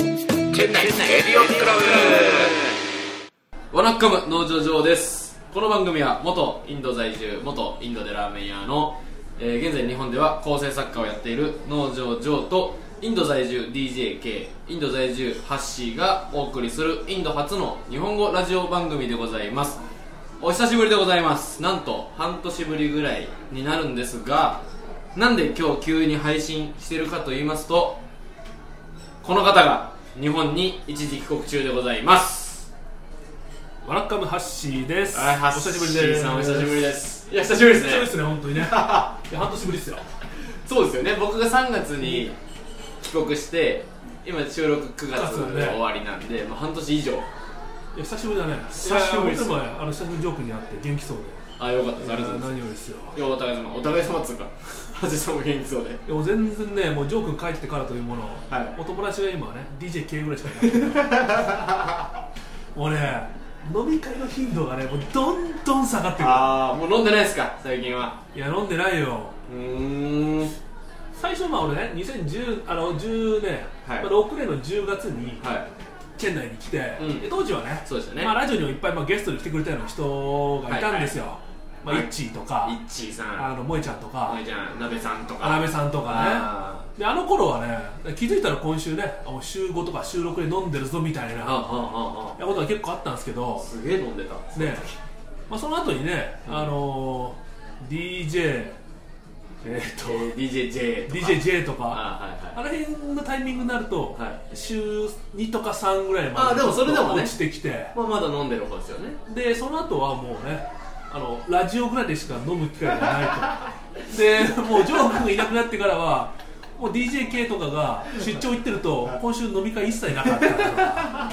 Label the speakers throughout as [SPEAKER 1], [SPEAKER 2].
[SPEAKER 1] 店内エディオンクラ
[SPEAKER 2] ワナッカム農場上ですこの番組は元インド在住元インドでラーメン屋の、えー現在日本では構成作家をやっている農場上とインド在住 DJK インド在住ハッシーがお送りするインド初の日本語ラジオ番組でございますお久しぶりでございますなんと半年ぶりぐらいになるんですがなんで今日急に配信してるかと言いますとこの方が日本に一時帰国中でございます
[SPEAKER 3] ワラッカムハッシーです。
[SPEAKER 2] はい、は
[SPEAKER 3] お久しぶりです。
[SPEAKER 2] さんお久しぶり
[SPEAKER 3] す。
[SPEAKER 2] です。いや、久しぶり
[SPEAKER 3] 久
[SPEAKER 2] で
[SPEAKER 3] し
[SPEAKER 2] す
[SPEAKER 3] ぶり
[SPEAKER 2] ね
[SPEAKER 3] で。すね、本当にね。いや 半年ぶりですよ。
[SPEAKER 2] そうですよね。僕が3月に帰国して、今収録9月
[SPEAKER 3] そうですね
[SPEAKER 2] 終わりなんで、まあ半年以上。
[SPEAKER 3] いや久しぶりだね。
[SPEAKER 2] 久しぶりです
[SPEAKER 3] いや本当にもうあの久しぶりにジョークに会って元気そうで。
[SPEAKER 2] あ、よかったです。ありがとうございま
[SPEAKER 3] 何よりですよ。
[SPEAKER 2] す。いや、お互い様、お互い様っつうか、ハジさんも元気そうで。
[SPEAKER 3] いやもう全然ね、もうジョー君帰ってからというものを、
[SPEAKER 2] はい
[SPEAKER 3] お友達が今はね、DJK ぐらいしかいない もうね、飲み会の頻度がね、もうどんどん下がってく
[SPEAKER 2] あー、もう飲んでないですか、最近は。
[SPEAKER 3] る。いや、飲んでないよ。
[SPEAKER 2] うーん。はい。
[SPEAKER 3] 最初、まあ俺ね、2010あの10年、
[SPEAKER 2] はい
[SPEAKER 3] まあ6年の10月に、チェン内に来て、
[SPEAKER 2] うん
[SPEAKER 3] で当時はね
[SPEAKER 2] そうでしたね
[SPEAKER 3] まあ、ラジオにもいっぱい、まあ、ゲストに来てくれたような人がいたんですよ、
[SPEAKER 2] いはい
[SPEAKER 3] ま
[SPEAKER 2] は
[SPEAKER 3] あ、
[SPEAKER 2] い
[SPEAKER 3] イッチーとか、
[SPEAKER 2] いっちーさ
[SPEAKER 3] あ
[SPEAKER 2] ん、
[SPEAKER 3] の萌えちゃんとか
[SPEAKER 2] 萌えちゃん、なべさんと
[SPEAKER 3] あな
[SPEAKER 2] か。
[SPEAKER 3] べさんとかね
[SPEAKER 2] あー
[SPEAKER 3] であの頃はね気づいたら今週ねあもう週5とか週6で飲んでるぞみたいな
[SPEAKER 2] あ、あ、あ、あ、あ。
[SPEAKER 3] ことが結構あったんですけど、
[SPEAKER 2] すげえ飲んでた。
[SPEAKER 3] ねまあ、その後にね、あのー DJ えーと
[SPEAKER 2] えー DJJ とか。
[SPEAKER 3] DJJ と
[SPEAKER 2] あ
[SPEAKER 3] か
[SPEAKER 2] ー、はいはい。
[SPEAKER 3] あの辺のタイミングになると、
[SPEAKER 2] はい
[SPEAKER 3] 週2とか3ぐらいま
[SPEAKER 2] あ
[SPEAKER 3] で
[SPEAKER 2] でもそれでもね
[SPEAKER 3] 落ちてきて、
[SPEAKER 2] まあ、まだ飲んでる方ですよね。
[SPEAKER 3] でその後はもうねあのラジオぐらいでしか飲む機会がないとでもうジョー君がいなくなってからはもう DJK とかが出張行ってると今週飲み会一切なかったとか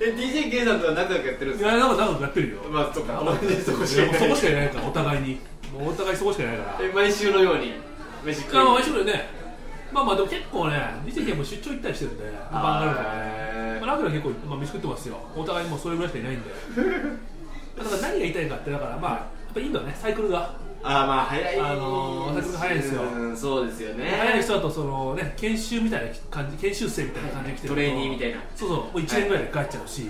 [SPEAKER 2] え、DJK さんとは仲良くやってるん
[SPEAKER 3] い
[SPEAKER 2] ですか
[SPEAKER 3] やなんか長くやってるよ
[SPEAKER 2] まあ、そっか、同 じとこし
[SPEAKER 3] いやもうそこし
[SPEAKER 2] か
[SPEAKER 3] かいないからお互いにもうお互いそこしかいないから
[SPEAKER 2] え、毎週のように飯食い
[SPEAKER 3] だからまあ毎週ねまあまあでも結構ね DJK も出張行ったりしてるんで
[SPEAKER 2] あー
[SPEAKER 3] バンガルからねまあラグラ結構、まあ、飯食ってますよお互いもうそれぐらいしかいないんでだから何が言いたいかってだからまあやっぱインドはねサイクルが
[SPEAKER 2] あーまあ、早い
[SPEAKER 3] あのー早いですよ
[SPEAKER 2] うんそうですよね
[SPEAKER 3] 早い人だとその、ね、研修みたいな感じ研修生みたいな感じで来てると
[SPEAKER 2] トレーニーみたいな
[SPEAKER 3] そうそうもう1年ぐらいで帰っちゃうし、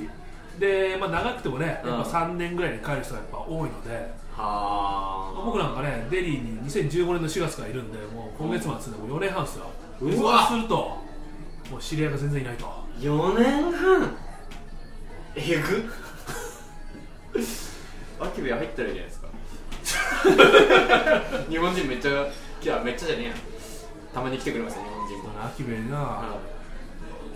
[SPEAKER 3] で、まあ、長くてもねやっ
[SPEAKER 2] うん
[SPEAKER 3] ぱ3年ぐらいで帰る人がやっぱ多いので、まあ
[SPEAKER 2] は
[SPEAKER 3] 僕なんかねデリーに2015年の4月からいるんでもう今月末でもう4年半ですよ
[SPEAKER 2] うわ
[SPEAKER 3] でそうするともう知り合いが全然いないと
[SPEAKER 2] あ4年半えぐ アキベ入ったらいいじゃないです か日本人めっちゃいやめっちゃじゃねえやたまに来てくれますよ日本人も
[SPEAKER 3] だから秋兵衛にな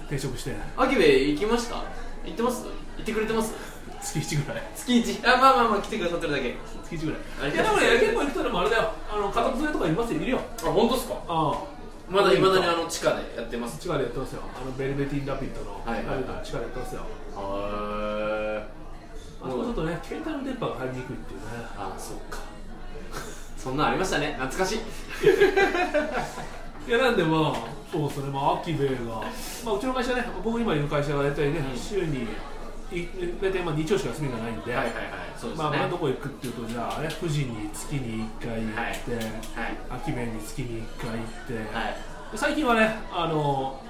[SPEAKER 3] 転職して
[SPEAKER 2] アキベ行きました行ってます行ってくれてます
[SPEAKER 3] 月1ぐらい
[SPEAKER 2] 月1あまあまあまあ来てくださってるだけ
[SPEAKER 3] 月1ぐ
[SPEAKER 2] あ
[SPEAKER 3] ら
[SPEAKER 2] れ
[SPEAKER 3] いいやでもね結構行く人でもあれだよあの家族連れとかいますよいるよ
[SPEAKER 2] あ本当ですか
[SPEAKER 3] ああ
[SPEAKER 2] まだいまだにあの地下でやってます
[SPEAKER 3] 地下でやってますよあのベルベティン・ラピットの
[SPEAKER 2] は
[SPEAKER 3] ラ
[SPEAKER 2] い
[SPEAKER 3] ピ
[SPEAKER 2] はいはい
[SPEAKER 3] ットの地下でやってますよ、
[SPEAKER 2] は
[SPEAKER 3] あそこちょっとね携帯の電波が入りにくいっていうね
[SPEAKER 2] あそっか そんなんありましたね懐かしい
[SPEAKER 3] いやなんでまあそうですねまあアキベが、まあ、うちの会社ね僕今いる会社が大体ね、
[SPEAKER 2] うん
[SPEAKER 3] 週にい大体まあ日曜しか休みがないんで、
[SPEAKER 2] はいはいはいそうですね、
[SPEAKER 3] まあ、まあどこ行くっていうとじゃあね富士に月に1回行って、
[SPEAKER 2] はい
[SPEAKER 3] 秋弁に月に1回行って、
[SPEAKER 2] はい
[SPEAKER 3] で最近はねあの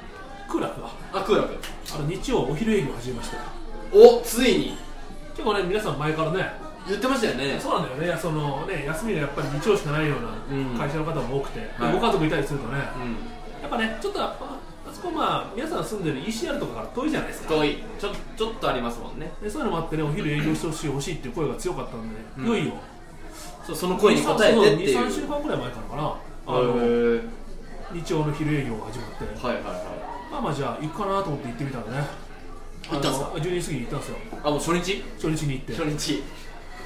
[SPEAKER 3] 空楽は
[SPEAKER 2] あ空楽
[SPEAKER 3] あの日曜お昼営業始めました
[SPEAKER 2] おついに
[SPEAKER 3] 結構ね皆さん前からね
[SPEAKER 2] 言ってましたよね
[SPEAKER 3] そうなんだよねそのね休みがやっぱり日曜しかないような会社の方も多くて、で
[SPEAKER 2] はい
[SPEAKER 3] ご家族いたりするとね、
[SPEAKER 2] うん
[SPEAKER 3] やっぱねちょっとやっぱあそこまあ皆さん住んでる ECR とかから遠いじゃないですか
[SPEAKER 2] 遠いちょちょっとありますもんね
[SPEAKER 3] でそういうのもあってねお昼営業してほしい欲しいっていう声が強かったんで、
[SPEAKER 2] うん
[SPEAKER 3] いよいよ
[SPEAKER 2] そうその声に応えてっていう
[SPEAKER 3] 23週間くらい前からかなあ
[SPEAKER 2] はい
[SPEAKER 3] の、
[SPEAKER 2] はい
[SPEAKER 3] 日曜の昼営業が始まって、
[SPEAKER 2] はいはい
[SPEAKER 3] まあまあじゃあ行くかなと思って行ってみたらね
[SPEAKER 2] 行ったんすか
[SPEAKER 3] あの12時過ぎに行ったんですよ
[SPEAKER 2] あもう初日
[SPEAKER 3] 初日に行って
[SPEAKER 2] 初日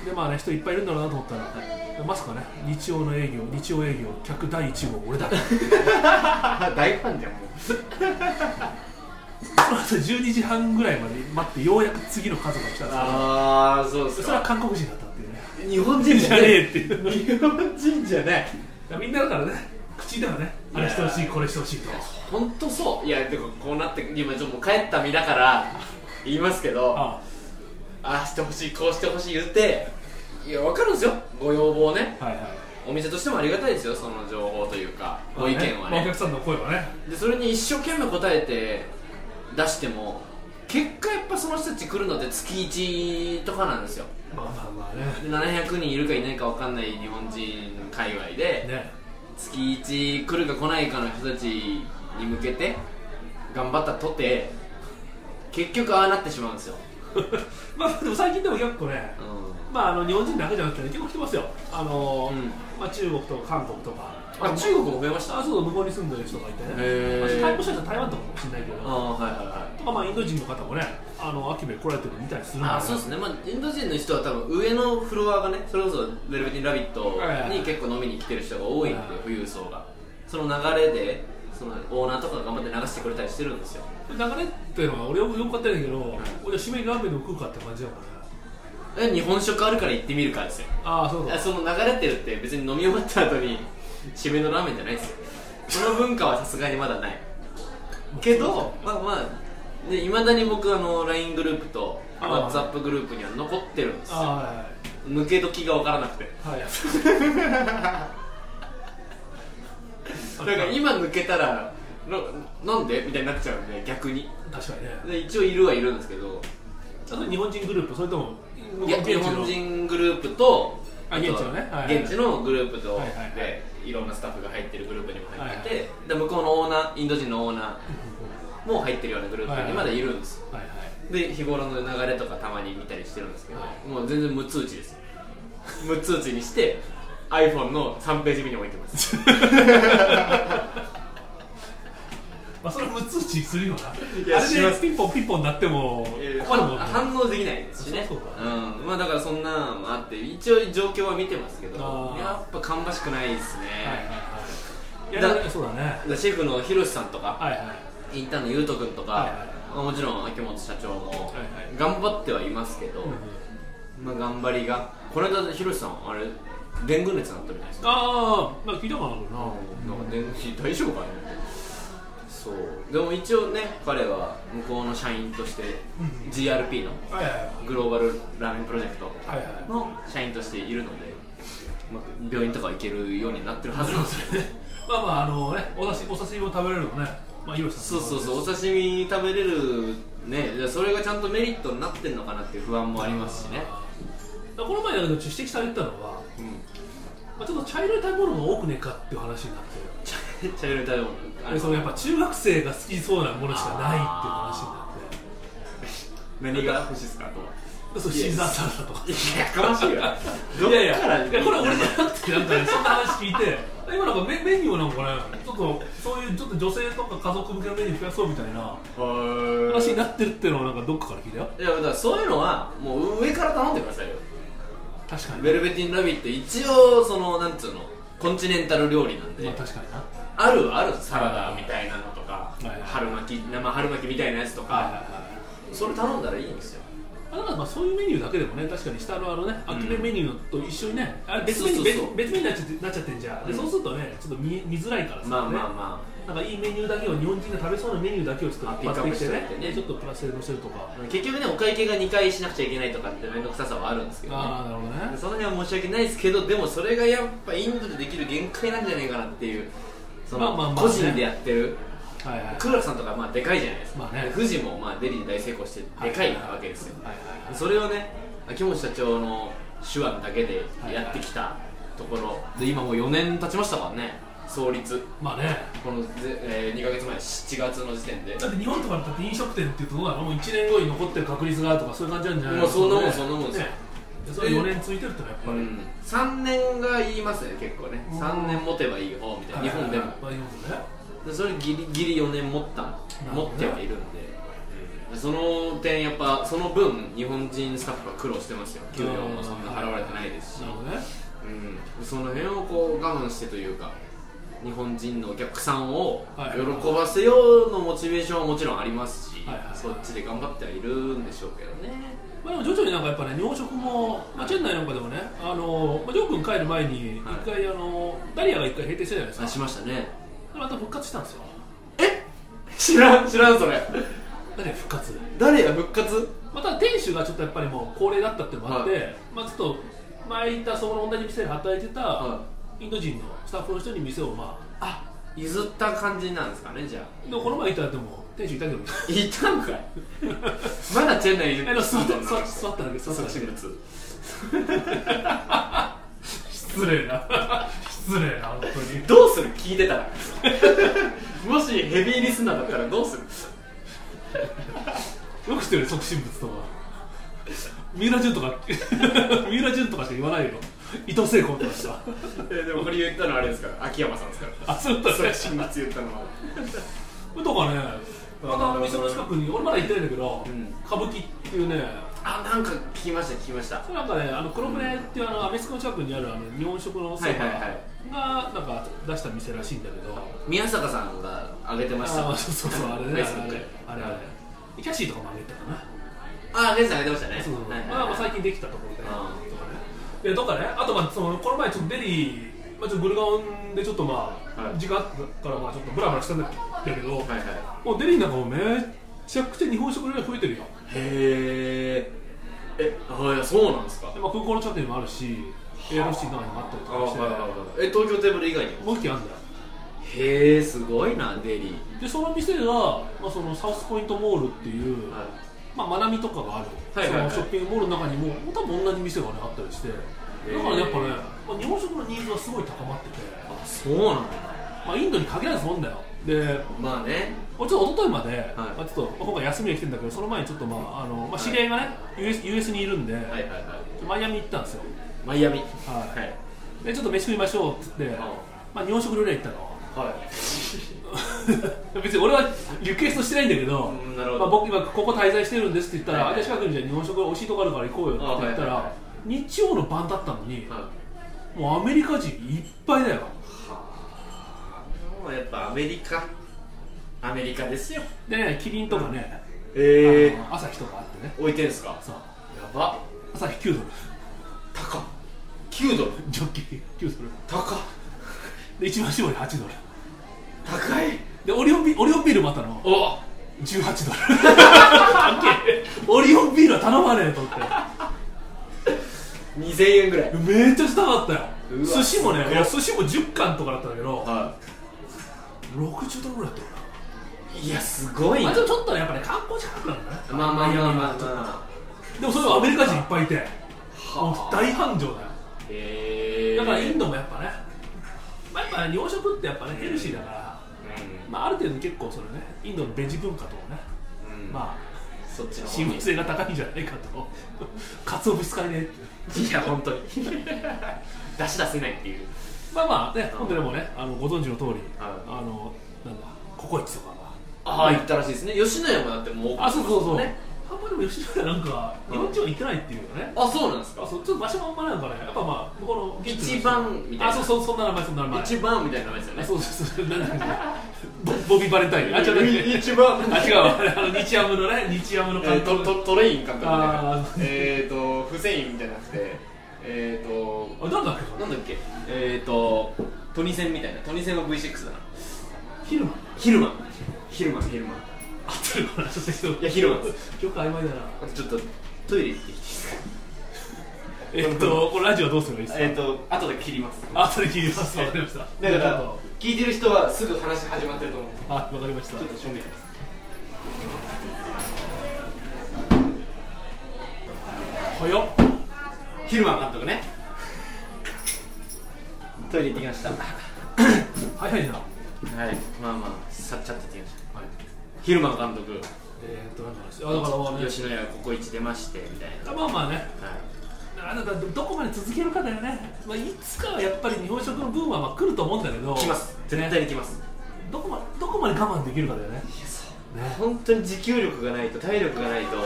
[SPEAKER 3] でまあね人いっぱいいるんだろうなと思ったら、まさかね日曜の営業日曜営業客第1号俺だ
[SPEAKER 2] 大ファンじゃんも
[SPEAKER 3] その 後12時半ぐらいまで待ってようやく次の家族が来たんですよ
[SPEAKER 2] ああそうです
[SPEAKER 3] それは韓国人だったっていうね
[SPEAKER 2] 日本人
[SPEAKER 3] じゃねえっていう
[SPEAKER 2] 日本人じゃない
[SPEAKER 3] みんなだからね口ではねあれしてほしいこれしてほしいと
[SPEAKER 2] 本当そういやでもこうなって今ちょっともう帰った身だから言いますけどあ
[SPEAKER 3] あ
[SPEAKER 2] あしてほしいこうしてほしい言っていや分かるんですよご要望ね
[SPEAKER 3] あはいはい
[SPEAKER 2] お店としてもありがたいですよその情報というかご意見は
[SPEAKER 3] まあお
[SPEAKER 2] ね
[SPEAKER 3] 客さんの声はね
[SPEAKER 2] でそれに一生懸命答えて出しても結果やっぱその人たち来るのって月1とかなんですよ
[SPEAKER 3] まあまあまあ
[SPEAKER 2] で
[SPEAKER 3] ね
[SPEAKER 2] 700人いるかいないか分かんない日本人界隈で、
[SPEAKER 3] ね
[SPEAKER 2] 月1来るか来ないかの人たちに向けて頑張ったとて結局ああなってしまうんですよ、
[SPEAKER 3] まあでも最近でも結構ね
[SPEAKER 2] う
[SPEAKER 3] まああの日本人だけじゃなくて、ね、結構来てますよあの、
[SPEAKER 2] うん
[SPEAKER 3] まあ、中国とか韓国とか
[SPEAKER 2] ん、あ中国も増えました
[SPEAKER 3] あそう向こうに住んでる人がいてね
[SPEAKER 2] へー
[SPEAKER 3] まあ台湾の人は台湾とかかもしれないけど
[SPEAKER 2] ああはいはいはい
[SPEAKER 3] とかまあインド人の方もねあのアキベ来られてるみたいにするん
[SPEAKER 2] あそうですね、まあ、インド人の人は多分上のフロアがねそれこそ「ベルベティン・ラビット」に結構飲みに来てる人が多いんで
[SPEAKER 3] はい
[SPEAKER 2] 富裕層がその流れでそのオーナーとかが頑張って流してくれたりしてるんですよ
[SPEAKER 3] 流れっていうのは俺よくよく買ってるんだけど、俺は締めにラーメンでも食うかって感じだもんね
[SPEAKER 2] え日本食あるから行ってみるかですよ
[SPEAKER 3] ああそうだ
[SPEAKER 2] あその流れてるって別に飲み終わった後に締めのラーメンじゃないですよその文化はさすがにまだないけどまあまあいまだに僕あの LINE グループと
[SPEAKER 3] あー
[SPEAKER 2] WhatsApp グループには残ってるんですよ
[SPEAKER 3] あ
[SPEAKER 2] 抜け時が分からなくて
[SPEAKER 3] あはいはい
[SPEAKER 2] だ
[SPEAKER 3] は
[SPEAKER 2] か
[SPEAKER 3] い
[SPEAKER 2] ら今抜けたらななんでみたいになっちゃうんで逆に
[SPEAKER 3] 確かにね
[SPEAKER 2] で一応いるはいるんですけど
[SPEAKER 3] あと日本人グループそれとも
[SPEAKER 2] いや
[SPEAKER 3] 現
[SPEAKER 2] 日
[SPEAKER 3] 地の
[SPEAKER 2] 本人グループと
[SPEAKER 3] あ現地のねはいはい
[SPEAKER 2] 現地のグループと
[SPEAKER 3] はいはい
[SPEAKER 2] でいろんなスタッフが入ってるグループにも入って
[SPEAKER 3] は
[SPEAKER 2] てで向こうのオーナーインド人のオーナーも入ってるようなグループにまだいるんですよ
[SPEAKER 3] はいはい
[SPEAKER 2] で日頃の流れとかたまに見たりしてるんですけど
[SPEAKER 3] は
[SPEAKER 2] もう全然無通知ですよ 無通知にして iPhone の3ページ目に置いてます
[SPEAKER 3] まあそれ無通知するよない
[SPEAKER 2] や
[SPEAKER 3] あれ
[SPEAKER 2] し
[SPEAKER 3] で
[SPEAKER 2] ます
[SPEAKER 3] ピンポンピンポンなっても困るもんね
[SPEAKER 2] 反応できないですしね
[SPEAKER 3] そうそう
[SPEAKER 2] うんまあだからそんなのもあって一応状況は見てますけど
[SPEAKER 3] あー
[SPEAKER 2] やっぱ芳しくないですね、
[SPEAKER 3] はいはいはいい
[SPEAKER 2] だ
[SPEAKER 3] やそうだね
[SPEAKER 2] だからシェフのひろしさんとか、
[SPEAKER 3] はいはい
[SPEAKER 2] インターンのゆうとくんとか、
[SPEAKER 3] はいはい
[SPEAKER 2] まあもちろん秋元社長も
[SPEAKER 3] はいはい
[SPEAKER 2] 頑張ってはいますけど、まあ、頑張りがこの間ひろしさんあれデング熱になったみたいですね
[SPEAKER 3] ああなんか聞いたかなこれな
[SPEAKER 2] なんかデング大丈夫かねそうでも一応ね彼は向こうの社員として GRP の
[SPEAKER 3] はいはい
[SPEAKER 2] グローバルラーメンプロジェクト
[SPEAKER 3] はいはい
[SPEAKER 2] の社員としているので、まあ、病院とか行けるようになってるはずなんですよね
[SPEAKER 3] まあまああのねお刺しお刺身も食べれるのねまあ広瀬さ
[SPEAKER 2] そ
[SPEAKER 3] ん
[SPEAKER 2] うそうそううお刺身食べれるねじゃあそれがちゃんとメリットになってんのかなっていう不安もありますしね
[SPEAKER 3] この前だけど指摘されてたのは、
[SPEAKER 2] うん
[SPEAKER 3] まあ、ちょっと茶色い食べ物が多くねえかっていう話になって
[SPEAKER 2] 茶 茶色い食べ物あ
[SPEAKER 3] でそのやっぱ中学生が好きそうなものしかないっていう話になっ
[SPEAKER 2] 何が欲しいですかと
[SPEAKER 3] てでそうシーザーサラダとか
[SPEAKER 2] いややかましいわどっ
[SPEAKER 3] いやいや
[SPEAKER 2] から
[SPEAKER 3] いやこれ俺じゃなくてなんかねそんな話聞いて今なんかメメニューなんかねちょっとそういうちょっと女性とか家族向けのメニュー増やそうみたいな
[SPEAKER 2] は
[SPEAKER 3] 話
[SPEAKER 2] ー
[SPEAKER 3] になってるっていうのをなんかどっかから聞いたよ
[SPEAKER 2] いいやだからそういうのはもう上から頼んでくださいよ
[SPEAKER 3] 確かに、
[SPEAKER 2] ベルベティン・ラビット一応そのなんつうのコンチネンタル料理なんで、
[SPEAKER 3] まあ確かにな
[SPEAKER 2] あるはあるサラダみたいなのとか、
[SPEAKER 3] いはい
[SPEAKER 2] 春巻き生春巻きみたいなやつとか、
[SPEAKER 3] はいはいはい
[SPEAKER 2] それ頼んだらいいんですよ
[SPEAKER 3] あだからまあそういうメニューだけでもね、確かに下のあのね、
[SPEAKER 2] う
[SPEAKER 3] ア
[SPEAKER 2] ん
[SPEAKER 3] キレメニューと一緒にね、あれ別
[SPEAKER 2] そうそ
[SPEAKER 3] メニ
[SPEAKER 2] う
[SPEAKER 3] ュ
[SPEAKER 2] そう
[SPEAKER 3] ー別別メニューになっちゃってなっちゃってんじゃん、で
[SPEAKER 2] うん
[SPEAKER 3] そうするとね、ちょっと見え見づらいからさ、ね
[SPEAKER 2] まあまあまあ
[SPEAKER 3] なんかいいメニューだけを、日本人が食べそうなメニューだけをちょっと
[SPEAKER 2] あ
[SPEAKER 3] 引っ張ってきて
[SPEAKER 2] ピックアップ
[SPEAKER 3] ね
[SPEAKER 2] してっ、てね
[SPEAKER 3] ちょっとプラスで載せるとか、
[SPEAKER 2] 結局ねお会計が2回しなくちゃいけないとかって面倒くささはあるんですけど、
[SPEAKER 3] あ
[SPEAKER 2] ね、
[SPEAKER 3] あ、なるほどね、
[SPEAKER 2] その辺は申し訳ないですけどでもそれがやっぱインドでできる限界なんじゃないかなっていうその、
[SPEAKER 3] まあまあまあね
[SPEAKER 2] 個人でやってる
[SPEAKER 3] はいはい、はい
[SPEAKER 2] クラさんとかまあでかいじゃないですか、
[SPEAKER 3] まあね
[SPEAKER 2] 富士もまあデリーで大成功してでかいわけですよ、
[SPEAKER 3] はいはい、
[SPEAKER 2] それをね秋元社長の手腕だけでやってきたところ、で今もう4年経ちましたからね創立
[SPEAKER 3] まあね、
[SPEAKER 2] このぜ、え2ヶ月前7月の時点で
[SPEAKER 3] だって日本とかだって飲食店っていうとどうなの、もう1年後に残ってる確率がとか、そういう感じなんじゃない
[SPEAKER 2] もうそんなもん
[SPEAKER 3] ね
[SPEAKER 2] そんなもんですよ
[SPEAKER 3] ねでそれ4年続いてるってのはやっぱり、
[SPEAKER 2] うん、3年が言いますね結構ね
[SPEAKER 3] うん
[SPEAKER 2] 3年持てばいい方みたいな
[SPEAKER 3] はいはいは
[SPEAKER 2] 日
[SPEAKER 3] い
[SPEAKER 2] 本でも
[SPEAKER 3] まあ日本でもね。
[SPEAKER 2] でそれギリギリ4年持った
[SPEAKER 3] ほど
[SPEAKER 2] 持
[SPEAKER 3] ね
[SPEAKER 2] ってはいるんで、うんその点やっぱその分日本人スタッフが苦労してますよ給料もそんな払われてないですし
[SPEAKER 3] な、るほどね
[SPEAKER 2] うん、その辺をこう我慢してというか日本人のお客さんを
[SPEAKER 3] はい
[SPEAKER 2] 喜ばせようのモチベーションはもちろんありますし、
[SPEAKER 3] はいはい
[SPEAKER 2] そっちで頑張ってはいるんでしょうけどね
[SPEAKER 3] まあ、でも徐々になんかやっぱね日本食も、まあ、チェンナイなんかでもねあの、まあ、ジョー君帰る前に一
[SPEAKER 2] はい
[SPEAKER 3] 回、あのダリアが一回閉店してたじゃない
[SPEAKER 2] あ
[SPEAKER 3] です
[SPEAKER 2] し
[SPEAKER 3] か
[SPEAKER 2] ましたね
[SPEAKER 3] でまた復活したんですよ
[SPEAKER 2] 知らん知らんそれ
[SPEAKER 3] ダリア復活
[SPEAKER 2] 誰や復活
[SPEAKER 3] また店主がちょっとやっぱりもう高齢だったっていうのもあって、
[SPEAKER 2] は
[SPEAKER 3] まあ、ちょっと前いたそこの同じ店で働いてた、
[SPEAKER 2] は
[SPEAKER 3] インド人のスタッフの人に店をまあ
[SPEAKER 2] あ譲った感じなんですかねじゃあ
[SPEAKER 3] でもこの前いたでも店主いたけ ど
[SPEAKER 2] いたんかいまだチェン内いる
[SPEAKER 3] あの座った座った座っただけ座っただけ
[SPEAKER 2] つ
[SPEAKER 3] 失礼な 失礼な本当に
[SPEAKER 2] どうする聞いてたらもしヘビーリスナーだったらどうする
[SPEAKER 3] よくしてる促進物とか三浦淳とか 三浦淳とかしか言わないよ伊藤聖子とかさ
[SPEAKER 2] えでもこれ言ったのはあれですから秋山さんですから
[SPEAKER 3] あそうだったね
[SPEAKER 2] れ新物言ったのは
[SPEAKER 3] とかねまたお店の近くに俺まだ行ってないんだけど、
[SPEAKER 2] うん
[SPEAKER 3] 歌舞伎っていうね
[SPEAKER 2] あなんか聞きました聞きました
[SPEAKER 3] それなんかねあの黒船っていうあのアメスコの近くにあるあの日本食のそば
[SPEAKER 2] はいは
[SPEAKER 3] が
[SPEAKER 2] いはい
[SPEAKER 3] なんか出した店らしいんだけど、
[SPEAKER 2] 宮坂さんが上げてました
[SPEAKER 3] あそうそうそうあれねあ
[SPEAKER 2] Facebook
[SPEAKER 3] れあれあれキャシーとかもあげたかな
[SPEAKER 2] あレンさん上げてましたね
[SPEAKER 3] そうそう
[SPEAKER 2] はいはい
[SPEAKER 3] まあまあ最近できたところで、とかねでとかねあとまあそのこの前ちょっとデリー、まあ、ちょっとブルガオンでちょっとまあ、
[SPEAKER 2] はい
[SPEAKER 3] 時間あったからまあちょっとブラブラしたんだけど、
[SPEAKER 2] はいは
[SPEAKER 3] もうデリーなんかもめちゃくちゃ日本食料理増えてるよ
[SPEAKER 2] いへーえあいやそうなんですか
[SPEAKER 3] で、まあ、空港の近くにもあるし ALC の中にもあったりとかして、
[SPEAKER 2] え東京テーブル以外にも
[SPEAKER 3] もう一軒あるんだよ
[SPEAKER 2] へえすごいなデリー
[SPEAKER 3] でその店が、まあ、そのサウスポイントモールっていう、まあ、マナミとかがある、
[SPEAKER 2] はいはいはい
[SPEAKER 3] そのショッピングモールの中にも多分同じ店が、ね、あったりしてだからねやっぱね、まあ、日本食のニーズはすごい高まってて
[SPEAKER 2] あそうなんだ
[SPEAKER 3] まあ、インドに限らずもんだよで
[SPEAKER 2] まあね
[SPEAKER 3] 俺ちょっと一昨日まで、まあ、ちょっと今回休みで来てんだけどその前にちょっとまああの、まあ、知り合いがね、US, US にいるんで、
[SPEAKER 2] はいはいはい
[SPEAKER 3] マイアミ行ったんですよ
[SPEAKER 2] マイアミはい
[SPEAKER 3] でちょっと飯食いましょうっつって、まあ、日本食料理屋行ったの
[SPEAKER 2] はい
[SPEAKER 3] 別に俺はリクエストしてないんだけど,、
[SPEAKER 2] うんなるほ
[SPEAKER 3] ま
[SPEAKER 2] ど
[SPEAKER 3] あ、僕今ここ滞在してるんですって言ったら、
[SPEAKER 2] はいはい
[SPEAKER 3] あじゃあ近くにじゃあ日本食美味しいとこあるから行こうよって言ったら、
[SPEAKER 2] あはいはいは
[SPEAKER 3] 日曜の晩だったのに、
[SPEAKER 2] は
[SPEAKER 3] もうアメリカ人いっぱいだよ
[SPEAKER 2] あやっぱアメリカアメリカですよ
[SPEAKER 3] でねキリンとかね、
[SPEAKER 2] ええ
[SPEAKER 3] あの朝日とかあってね
[SPEAKER 2] 置いてんすか
[SPEAKER 3] そう
[SPEAKER 2] やば
[SPEAKER 3] 朝日9ドル
[SPEAKER 2] 高っ9ドル
[SPEAKER 3] ジョッキー9ドル
[SPEAKER 2] 高っ
[SPEAKER 3] で一番搾り8ドル
[SPEAKER 2] 高い
[SPEAKER 3] でオリオンビオリオンビールまたの
[SPEAKER 2] お
[SPEAKER 3] 18ドルオリオンビールは頼まねえと思って
[SPEAKER 2] 2000円ぐらい
[SPEAKER 3] めっちゃしたかったよ
[SPEAKER 2] うわ
[SPEAKER 3] 寿司も
[SPEAKER 2] す
[SPEAKER 3] ね
[SPEAKER 2] ごい
[SPEAKER 3] いや寿司も10貫とかだったんだけど
[SPEAKER 2] は
[SPEAKER 3] 60ドルぐらいだったか
[SPEAKER 2] いいやすごい
[SPEAKER 3] な
[SPEAKER 2] な
[SPEAKER 3] あでもちょっとねやっぱね観光近くなんだね
[SPEAKER 2] まあまあまあまあまあ
[SPEAKER 3] でもそれはアメリカ人いっぱいいてもう大繁盛だよ
[SPEAKER 2] へえ
[SPEAKER 3] だからイン
[SPEAKER 2] ド
[SPEAKER 3] ドもやっぱね、まあ、やっぱね洋食ってやっぱねヘルシーだから、まあ、ある程度結構それねインドのベジ文化とかね、
[SPEAKER 2] うんま
[SPEAKER 3] まあ
[SPEAKER 2] あそっちの方
[SPEAKER 3] 親
[SPEAKER 2] に
[SPEAKER 3] 密性が高いんじゃないかとかつお節使いねって
[SPEAKER 2] いや本当に出し出せないっていう
[SPEAKER 3] まあまあね、
[SPEAKER 2] うん
[SPEAKER 3] 本当でもね、あのご存知の通り、
[SPEAKER 2] はい
[SPEAKER 3] あのなんだ、ココイチとかが、
[SPEAKER 2] ああ行ったらしいですね吉野家もだってもう
[SPEAKER 3] あ、そうそうそう、
[SPEAKER 2] ね
[SPEAKER 3] あんまりでも吉野家なんか、
[SPEAKER 2] うん
[SPEAKER 3] 日本人は行ってないっていうよね、
[SPEAKER 2] あそうなんです
[SPEAKER 3] あ
[SPEAKER 2] か
[SPEAKER 3] そうちょっと場所もあんまなんかね、やっぱまあ、向こうの
[SPEAKER 2] 一番みたいな
[SPEAKER 3] あ、そうそう、そんな名前、そんな名前、
[SPEAKER 2] 一番みたいな名前ですよ
[SPEAKER 3] あ
[SPEAKER 2] ね
[SPEAKER 3] そうそうそう、なんだっけ、ボボビー・バレンタイン、あ、違う、違う
[SPEAKER 2] 一番
[SPEAKER 3] あ、違うわ、あの日ハムのね、日ハムの
[SPEAKER 2] え
[SPEAKER 3] 監
[SPEAKER 2] ー、ト
[SPEAKER 3] 督、
[SPEAKER 2] トトレイン監督みたいな
[SPEAKER 3] あー
[SPEAKER 2] えっとフセインみたいなくてえっ、と
[SPEAKER 3] あ、なんだっけ、それ
[SPEAKER 2] なんだっけえっ、とトニセンみたいなトニセンは V6 だな
[SPEAKER 3] ヒルマン、
[SPEAKER 2] ヒルマンヒルマンヒルマン
[SPEAKER 3] 合ってるかな、ちょっと人、
[SPEAKER 2] いやヒルマンで
[SPEAKER 3] よく曖昧だな、
[SPEAKER 2] ちょっとトイレ行ってきていいですか
[SPEAKER 3] えっと、これ、ラジオどうすればいいですか、
[SPEAKER 2] えっ、と後で切ります
[SPEAKER 3] あとで聞きます、わかりました、
[SPEAKER 2] だか
[SPEAKER 3] じゃあちょ
[SPEAKER 2] ら
[SPEAKER 3] っと
[SPEAKER 2] 聞いてる人はすぐ話始まってると思う
[SPEAKER 3] はい、わかりました
[SPEAKER 2] ちょっ。と正面です
[SPEAKER 3] 早っ。
[SPEAKER 2] ヒルマン監督ねトイレ行ってきましたは
[SPEAKER 3] 早いな。はい。
[SPEAKER 2] いまあまあさっちゃって行ってきましたヒルマン監督
[SPEAKER 3] えーっと、なんの話。あ、だから、まあ、ね、
[SPEAKER 2] 吉野家ここ一出ましてみたいな、
[SPEAKER 3] まあまあね。
[SPEAKER 2] はい、
[SPEAKER 3] あだからどこまで続けるかだよね。まあ、いつかはやっぱり日本食のブームはまあ来ると思うんだけど。
[SPEAKER 2] 来ます絶対に来ます、
[SPEAKER 3] どこまで、どこまで我慢できるかだよね。ね。
[SPEAKER 2] 本当に持久力がないと体力がないと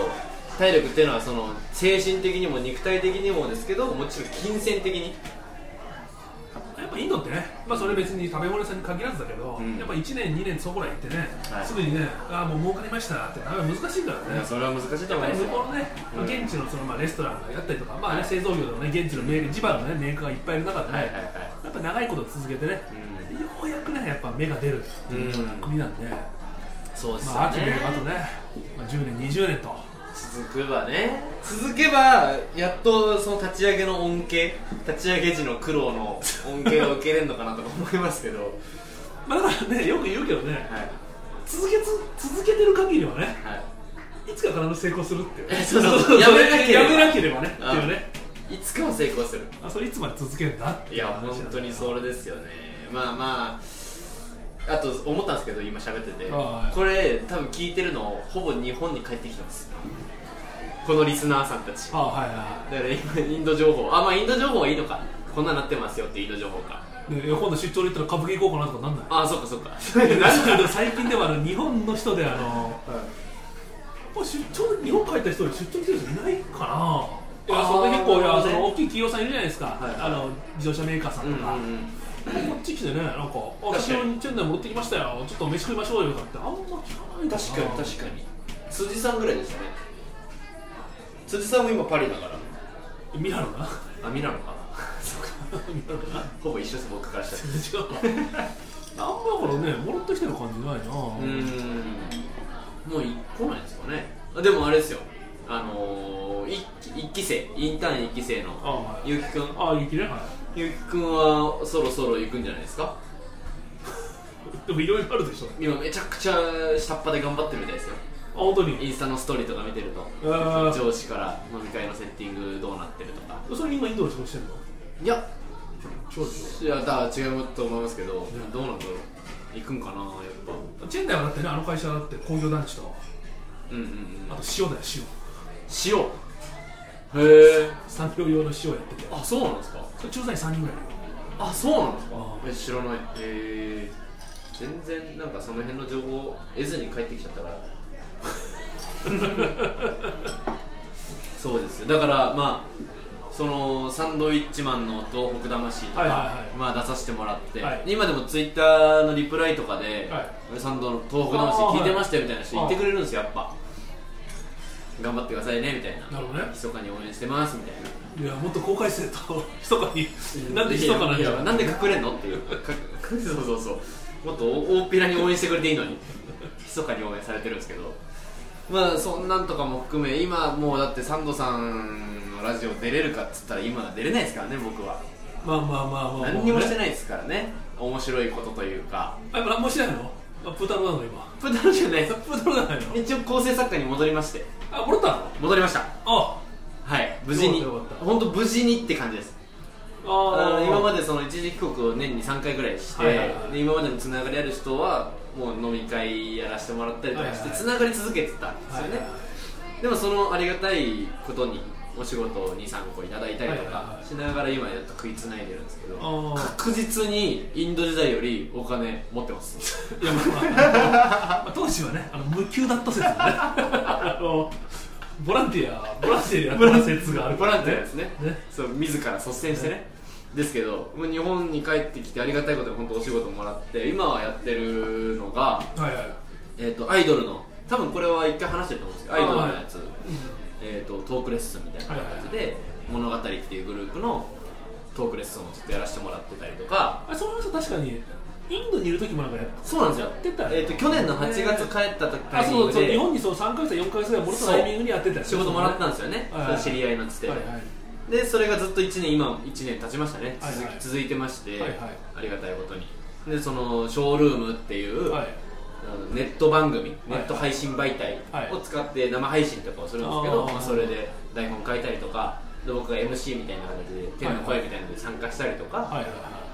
[SPEAKER 2] 体力っていうのはその精神的にも肉体的にもですけどもちろん金銭的に
[SPEAKER 3] やっぱインドってね、まあ、それ別に食べ物屋さんに限らずだけど、
[SPEAKER 2] うん
[SPEAKER 3] やっぱ1年、2年そこら行ってね、
[SPEAKER 2] はい
[SPEAKER 3] すぐにね、ああ、もう儲かりましたって、あー難しいからね。
[SPEAKER 2] れは難しいと
[SPEAKER 3] やっぱり向こうのね、
[SPEAKER 2] うん
[SPEAKER 3] 現地のそのまあレストランがやったりとか、まあね、製造業でもね、現地のメー地場のね、メーカーがいっぱいいる中でね、
[SPEAKER 2] はいはいはい
[SPEAKER 3] やっぱ長いこと続けてね、
[SPEAKER 2] う
[SPEAKER 3] ようやくね、やっぱ芽が出るっていうような国なんで、
[SPEAKER 2] そうですよ
[SPEAKER 3] まあ、あとね
[SPEAKER 2] ね、、
[SPEAKER 3] あとね、まあ、10年、20年と、
[SPEAKER 2] 続けばね続けばやっとその立ち上げの恩恵立ち上げ時の苦労の恩恵を受けれるのかなとか思いますけど
[SPEAKER 3] まあだからねよく言うけどね
[SPEAKER 2] はい
[SPEAKER 3] 続けつ続けてる限りはね
[SPEAKER 2] はい
[SPEAKER 3] いつか必ず成功するっていう、
[SPEAKER 2] えそうそうやめなければ
[SPEAKER 3] やめなければねって
[SPEAKER 2] うん
[SPEAKER 3] いうね
[SPEAKER 2] いつかは成功する
[SPEAKER 3] あそれいつまで続けるんだって
[SPEAKER 2] い
[SPEAKER 3] いう
[SPEAKER 2] や
[SPEAKER 3] 話なんだ
[SPEAKER 2] 本当にそれですよねまあまああと思ったんですけど今喋ってて
[SPEAKER 3] はい
[SPEAKER 2] これ多分聞いてるのほぼ日本に帰ってきてますこのリスナーさんたち
[SPEAKER 3] あはいは
[SPEAKER 2] だから今インド情報あまあインド情報はいいのかこんなんなってますよってインド情報か
[SPEAKER 3] いねいや今度出張で行ったら歌舞伎行こうかなとかなんない
[SPEAKER 2] あそっかそ っか
[SPEAKER 3] なんか最近ではあの日本の人であのこれ出張日本帰った人で出張来てる人いないかないや
[SPEAKER 2] あー
[SPEAKER 3] そんな結構い
[SPEAKER 2] なる
[SPEAKER 3] や
[SPEAKER 2] ほど
[SPEAKER 3] そ
[SPEAKER 2] ね
[SPEAKER 3] の大きい企業さんいるじゃないですか、
[SPEAKER 2] いはい
[SPEAKER 3] あの自動車メーカーさん
[SPEAKER 2] うんう
[SPEAKER 3] とか、
[SPEAKER 2] んうん
[SPEAKER 3] こっち来てねなんか「あ私のチェンダイ戻ってきましたよちょっと飯食いましょうよ」とかってあんま聞かない
[SPEAKER 2] 確かに確かに辻さんぐらいですね辻さんも今パリだから
[SPEAKER 3] にミラノな
[SPEAKER 2] あミラノかな そうか
[SPEAKER 3] ミラノな
[SPEAKER 2] ほぼ一緒です僕からしたら
[SPEAKER 3] 違うかあんまこのね戻ってきてる感じないな
[SPEAKER 2] うーんもうい来ないですかねあでもあれですよあのー、一期一期生インターン一期生
[SPEAKER 3] あ
[SPEAKER 2] の
[SPEAKER 3] はい
[SPEAKER 2] ゆうきくん
[SPEAKER 3] あ雪ねは
[SPEAKER 2] ゆうきくんはそろそろ行くんじゃないですか
[SPEAKER 3] いでもいろいろあるでしょあ
[SPEAKER 2] 今めちゃくちゃ下っ端で頑張ってるみたいですよ
[SPEAKER 3] 本当に
[SPEAKER 2] インスタのストーリーとか見てると
[SPEAKER 3] えー
[SPEAKER 2] 上司から飲み会のセッティングどうなってるとか
[SPEAKER 3] それ今インドで仕事してんの
[SPEAKER 2] いや
[SPEAKER 3] そうでし
[SPEAKER 2] いやだ違うと思いますけど、
[SPEAKER 3] ん
[SPEAKER 2] どうなんだろう行くんかなやっぱ
[SPEAKER 3] ょチェンダイはだってねあの会社だって工業団地と
[SPEAKER 2] うんうんうん
[SPEAKER 3] あと塩だよ塩
[SPEAKER 2] 塩へえ
[SPEAKER 3] 産業用の塩やってて
[SPEAKER 2] あそうなんですか
[SPEAKER 3] それ駐在員3人ぐらいいるよ
[SPEAKER 2] あそうなんですか
[SPEAKER 3] あ
[SPEAKER 2] え知らないへえ全然なんかその辺の情報を得ずに帰ってきちゃっ たからそうですよだからまあそのサンドウィッチマンの東北魂とか、
[SPEAKER 3] はいはいはい
[SPEAKER 2] まあ、出させてもらって、
[SPEAKER 3] はい
[SPEAKER 2] 今でもツイッターのリプライとかで、
[SPEAKER 3] は
[SPEAKER 2] サンドの東北魂聞いてましたよみたいな人言ってくれるんですよやっぱ頑張ってくださいねみたいな
[SPEAKER 3] なるほどね
[SPEAKER 2] 密かに応援してますみたいない
[SPEAKER 3] やもっと公開生と 密かになんで密かなん
[SPEAKER 2] い
[SPEAKER 3] じ
[SPEAKER 2] や
[SPEAKER 3] ゃ
[SPEAKER 2] いや
[SPEAKER 3] ん
[SPEAKER 2] なんで隠れんのっていうかそうそうそうもっと大っぴらに応援してくれていいのに密かに応援されてるんですけどまあそんなんとかも含め今もうだってサンドさんのラジオ出れるかっつったら今は出れないですからね僕は
[SPEAKER 3] まあまあまあまあ
[SPEAKER 2] 何にもして
[SPEAKER 3] い
[SPEAKER 2] ないですからね面白いことというか
[SPEAKER 3] あ今何もしてないのあプータローなの今
[SPEAKER 2] プータロじゃないで
[SPEAKER 3] プ
[SPEAKER 2] す
[SPEAKER 3] ータローじゃないの
[SPEAKER 2] 一応構成作家に戻りまして
[SPEAKER 3] あ戻ったの
[SPEAKER 2] 戻りました
[SPEAKER 3] あ
[SPEAKER 2] はい無事に
[SPEAKER 3] よかったよかった
[SPEAKER 2] 本当無事にって感じですあ
[SPEAKER 3] あ
[SPEAKER 2] の今ま
[SPEAKER 3] で
[SPEAKER 2] でその一時帰国を年に3回ぐらいして、
[SPEAKER 3] はいはいはい
[SPEAKER 2] で今までのつながりある人はもう飲み会やらせてもらったりとかし
[SPEAKER 3] はい
[SPEAKER 2] て
[SPEAKER 3] はい
[SPEAKER 2] つながり続けてたんですよね、でもそのありがたいことにお仕事を23個いただいたりと
[SPEAKER 3] はいはい
[SPEAKER 2] か
[SPEAKER 3] はい
[SPEAKER 2] しながら今やっと食いつないでるんですけど、
[SPEAKER 3] あー
[SPEAKER 2] 確実にインド時代よりお金持ってます
[SPEAKER 3] いやまあ、まあ、まあ当時はねあの無給だった説 もねあのボランティアボランティアでやってた説がある
[SPEAKER 2] ボランティアですね
[SPEAKER 3] ね
[SPEAKER 2] そう自ら率先してね、ですけどもう日本に帰ってきてありがたいことに本当お仕事もらって今はやってるのが
[SPEAKER 3] はいはい
[SPEAKER 2] えー、とアイドルの多分これは一回話してると思うんですけどアイドルのやつ、
[SPEAKER 3] う
[SPEAKER 2] えー、とトークレッスンみたいな形で物語っていうグループのトークレッスンをずっとやらせてもらってたりとか
[SPEAKER 3] んあその話は確かにインドにいる時もなんかやった
[SPEAKER 2] そうなんですよ
[SPEAKER 3] やってたよね
[SPEAKER 2] えー、と去年の8月帰った時
[SPEAKER 3] あ
[SPEAKER 2] タイミン
[SPEAKER 3] そう
[SPEAKER 2] グ
[SPEAKER 3] そう日
[SPEAKER 2] で
[SPEAKER 3] 本にそう3ヶ月4ヶ月ぐらい戻ったタイミングにやってたよね
[SPEAKER 2] 仕事もらったんですよね、
[SPEAKER 3] はいはい
[SPEAKER 2] 知り合いのつて、
[SPEAKER 3] はいはい
[SPEAKER 2] でそれがずっと1年今1年経ちましたね続,、
[SPEAKER 3] はいはい
[SPEAKER 2] 続いてまして、
[SPEAKER 3] はいはい
[SPEAKER 2] ありがたいことにでそのショールームっていう、
[SPEAKER 3] はい
[SPEAKER 2] あのネット番組、ネット配信媒体を使って生配信とかをするんですけど、
[SPEAKER 3] はい
[SPEAKER 2] まあ、それで台本書いたりとかで僕が MC みたいな形で天の声みたいなので参加したりとか
[SPEAKER 3] はいはいは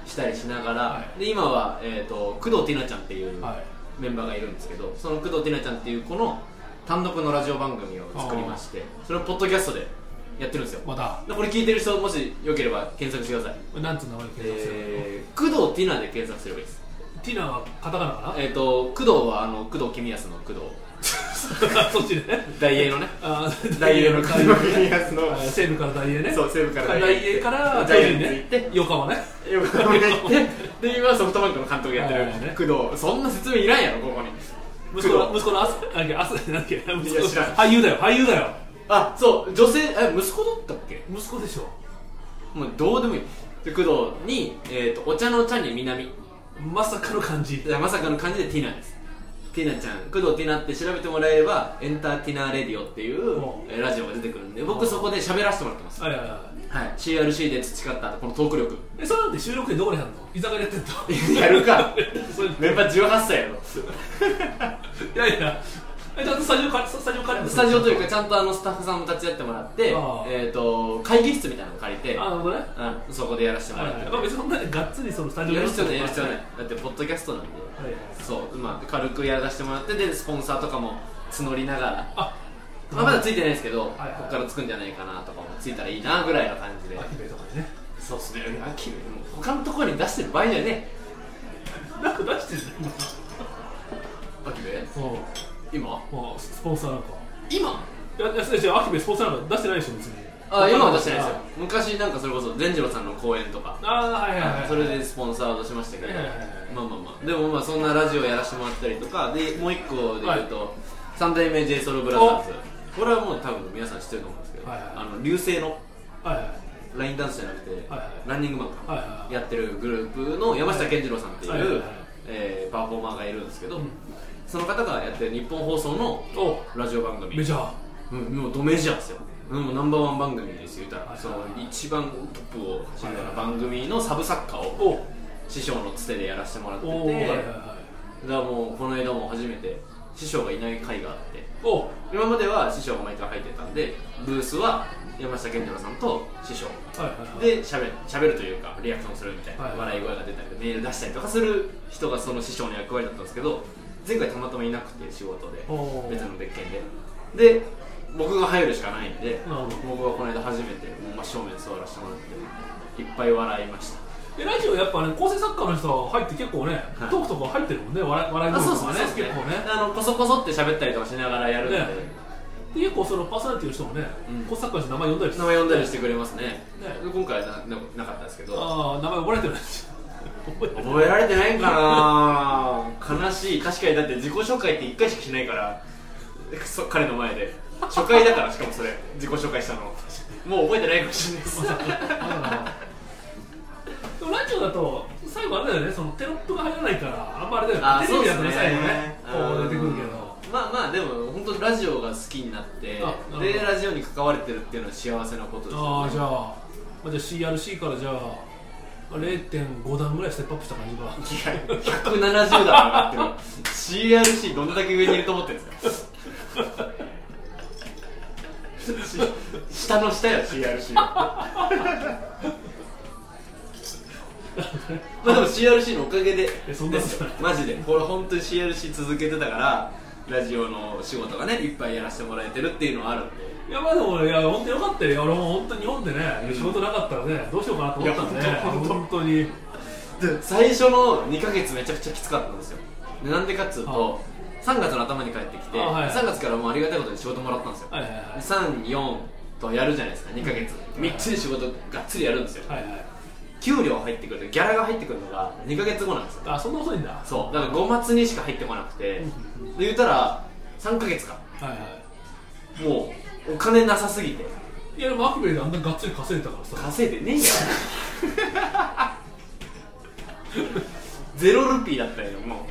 [SPEAKER 2] したりしながら、
[SPEAKER 3] は
[SPEAKER 2] で今は、えー、と工藤ティナちゃんっていう
[SPEAKER 3] はい
[SPEAKER 2] メンバーがいるんですけどその工藤ティナちゃんっていう子の単独のラジオ番組を作りましてそれをポッドキャストでやってるんですよ
[SPEAKER 3] いまた
[SPEAKER 2] でこれ聞いてる人もしよければ検索してください、
[SPEAKER 3] なんつう名前で検索するの、
[SPEAKER 2] えー、工藤ティナで検索すればいいです
[SPEAKER 3] ティナはカタカナか
[SPEAKER 2] えっ、と工藤はあの工藤公康の工藤
[SPEAKER 3] な そっちね
[SPEAKER 2] 大英のね
[SPEAKER 3] あ
[SPEAKER 2] 大英の
[SPEAKER 3] 大
[SPEAKER 2] 工藤
[SPEAKER 3] 英
[SPEAKER 2] 公
[SPEAKER 3] ね
[SPEAKER 2] 康の
[SPEAKER 3] あ西武から大英ね
[SPEAKER 2] そう西武から
[SPEAKER 3] 大英から
[SPEAKER 2] 大
[SPEAKER 3] 大
[SPEAKER 2] 英
[SPEAKER 3] 英
[SPEAKER 2] に
[SPEAKER 3] ね
[SPEAKER 2] 行って
[SPEAKER 3] 横浜ね
[SPEAKER 2] 横浜に行ってで今ソフトバンクの監督やってる
[SPEAKER 3] はいはいはい
[SPEAKER 2] 工藤そんな説明いらんやろここに
[SPEAKER 3] 息子
[SPEAKER 2] 工
[SPEAKER 3] の
[SPEAKER 2] 藤
[SPEAKER 3] 息子のアスなんだっけアスなんだっけ息子
[SPEAKER 2] いや知らん
[SPEAKER 3] 俳優だよ俳優だよ
[SPEAKER 2] あそう女性え息子だったっけ
[SPEAKER 3] 息子でしょ
[SPEAKER 2] もうどうでもいいで工藤に、えー、とお茶のお茶に南
[SPEAKER 3] まさかの感じ
[SPEAKER 2] でまさかの感じでティナですティナちゃん工藤ティナって調べてもらえればエンターティナーレディオっていう
[SPEAKER 3] お
[SPEAKER 2] えーラジオが出てくるんで僕そこで喋らせてもらってます
[SPEAKER 3] はいはいはい
[SPEAKER 2] はい、CRC で培ったこのトーク力
[SPEAKER 3] えそうなんて収録でどこでやるの居酒屋でやってんの
[SPEAKER 2] やる か
[SPEAKER 3] それ
[SPEAKER 2] メンバー18歳やろ
[SPEAKER 3] いやいやえちゃんとスタジオ借りスタジオ借りるの
[SPEAKER 2] スタジオというかちゃんとあのスタッフさんも立ち会ってもらって
[SPEAKER 3] あー
[SPEAKER 2] えー、と会議室みたいなの借りて
[SPEAKER 3] あなるほどね
[SPEAKER 2] うん、そこでやらせても
[SPEAKER 3] はい
[SPEAKER 2] ら
[SPEAKER 3] はい
[SPEAKER 2] って
[SPEAKER 3] やっぱ
[SPEAKER 2] る、
[SPEAKER 3] 別にそんなにがっつりそのスタジオ
[SPEAKER 2] やる必要ないや
[SPEAKER 3] やる
[SPEAKER 2] る必要ない
[SPEAKER 3] は
[SPEAKER 2] だってポッドキャストなんで
[SPEAKER 3] いはい
[SPEAKER 2] そう、まあ、軽くやらせてもらってでスポンサーとかも募りながら
[SPEAKER 3] あ
[SPEAKER 2] まあ、まだついてないですけど、
[SPEAKER 3] はいはい
[SPEAKER 2] ここからつくんじゃないかなとかもついたらいいなぐらいの感じで、
[SPEAKER 3] アニメとかにね
[SPEAKER 2] そうっすねラッキーもう他のところに出してる場合じゃね
[SPEAKER 3] なんか出してるね
[SPEAKER 2] えアキベ
[SPEAKER 3] 今 うん
[SPEAKER 2] 今
[SPEAKER 3] まあスポンサーなんか
[SPEAKER 2] 今
[SPEAKER 3] いやいや違うアキベスポンサーなんか出してないでしょ別に
[SPEAKER 2] あ今は出してないですよ昔なんかそれこそ善次郎さんの公演とか
[SPEAKER 3] ああーはいはいはい
[SPEAKER 2] それでスポンサーを出しましたけど、
[SPEAKER 3] はいはいはい
[SPEAKER 2] まあまあまあでもまあそんなラジオやらせてもらったりとかでもう一個で言うと、三代目 j s o u l b r o t h e r これはもう多分皆さん知ってると思うんですけど、
[SPEAKER 3] はいはい
[SPEAKER 2] あの流星の
[SPEAKER 3] はいはい
[SPEAKER 2] ラインダンスじゃなくて、
[SPEAKER 3] はいはい
[SPEAKER 2] ランニングマンか、
[SPEAKER 3] はいはい
[SPEAKER 2] やってるグループの山下健二郎さんっていう、
[SPEAKER 3] はいはいはい
[SPEAKER 2] えーパフォーマーがいるんですけど、
[SPEAKER 3] うん
[SPEAKER 2] その方がやってる日本放送の
[SPEAKER 3] お
[SPEAKER 2] ラジオ番組
[SPEAKER 3] メジャー
[SPEAKER 2] うんもうドメジャーですようんもうナンバーワン番組ですよ言った
[SPEAKER 3] は
[SPEAKER 2] ら
[SPEAKER 3] い
[SPEAKER 2] その一番トップを走るような番組のサブ作家を
[SPEAKER 3] お
[SPEAKER 2] 師匠のつてでやらせてもらってて
[SPEAKER 3] おはいはい
[SPEAKER 2] だ
[SPEAKER 3] は
[SPEAKER 2] か
[SPEAKER 3] い
[SPEAKER 2] らもうこの間も初めて師匠がいない回があって
[SPEAKER 3] お
[SPEAKER 2] 今までは師匠が毎回入ってたんでブースは山下健二郎さんと師匠
[SPEAKER 3] はいはいはい
[SPEAKER 2] で喋る喋るというかリアクションするみたいな、
[SPEAKER 3] はい
[SPEAKER 2] 笑い声が出たりメール出したりとかする人がその師匠の役割だったんですけど前回たまたまいなくて仕事で
[SPEAKER 3] おー
[SPEAKER 2] 別の別件でで僕が入るしかないんで
[SPEAKER 3] なるほど
[SPEAKER 2] 僕はこの間初めて真正面座らせてもらっていっぱい笑いました
[SPEAKER 3] でラジオやっぱね構成作家の人は入って結構ね、
[SPEAKER 2] はい
[SPEAKER 3] トークとか入ってるもんね笑い笑い
[SPEAKER 2] あ
[SPEAKER 3] 声
[SPEAKER 2] そう
[SPEAKER 3] と
[SPEAKER 2] です
[SPEAKER 3] か
[SPEAKER 2] ね
[SPEAKER 3] ね
[SPEAKER 2] そうですね
[SPEAKER 3] 結構ね
[SPEAKER 2] あのこそこそって喋ったりとかしながらやるんで、
[SPEAKER 3] ねで結構そのパーソナリティの人もね、
[SPEAKER 2] うん
[SPEAKER 3] 構成作家の人名前呼んだりして
[SPEAKER 2] 名前呼んだりしてくれますね
[SPEAKER 3] ね
[SPEAKER 2] 今回はなななかったですけど
[SPEAKER 3] ああ名前覚えられてないですよ覚えてない
[SPEAKER 2] 覚えられてないんかな悲しい確かにだって自己紹介って1回しかしないからそ彼の前で初回だからしかもそれ自己紹介したのもう覚えてないかもしれないです
[SPEAKER 3] あーでもラジオだと最後あれだよねそのテロップが入らないからあんまあれだよねテレビだとね最後ねこう出てくるけど
[SPEAKER 2] まあまあでも本当ラジオが好きになって
[SPEAKER 3] あなるほど
[SPEAKER 2] でラジオに関われてるっていうのは幸せなことです
[SPEAKER 3] あ
[SPEAKER 2] よ
[SPEAKER 3] あ
[SPEAKER 2] ね
[SPEAKER 3] じゃあ、まあ、じゃあ CRC からじゃあまあ0.5段ぐらいステップアップした感じが
[SPEAKER 2] いや170だなって CRC どんだけ上にいると思ってるんですかし下の下よ CRC まあでも CRC のおかげで
[SPEAKER 3] えそんなことない
[SPEAKER 2] ですよマジでこれ本当に CRC 続けてたからラジオの仕事がねいっぱいやらせてもらえてるっていうのはあるんで
[SPEAKER 3] いやまあでもいや本当によかったよ俺も本当に日本でね、仕事なかったらねどうしようかなと思ったんで
[SPEAKER 2] いや本当
[SPEAKER 3] 本当に
[SPEAKER 2] で最初の2ヶ月めちゃくちゃきつかったんですよでなんでかっつうと3月の頭に帰ってきて、
[SPEAKER 3] あはい
[SPEAKER 2] 3月からもうありがたいことに仕事もらったんですよ、
[SPEAKER 3] はいはいはい
[SPEAKER 2] 34とやるじゃないですか2ヶ月みっちり仕事がっつりやるんですよ
[SPEAKER 3] はいはい
[SPEAKER 2] 給料入ってくるギャラが入ってくるのが2ヶ月後なんですよ
[SPEAKER 3] あそんな遅いんだは
[SPEAKER 2] そうだから5月にしか入ってこなくてで言ったら3ヶ月か
[SPEAKER 3] いはい
[SPEAKER 2] もうお金なさすぎて
[SPEAKER 3] いやでもアクベであんながっつり稼いでたからさ
[SPEAKER 2] 稼いでねえよゼロルピーだったよも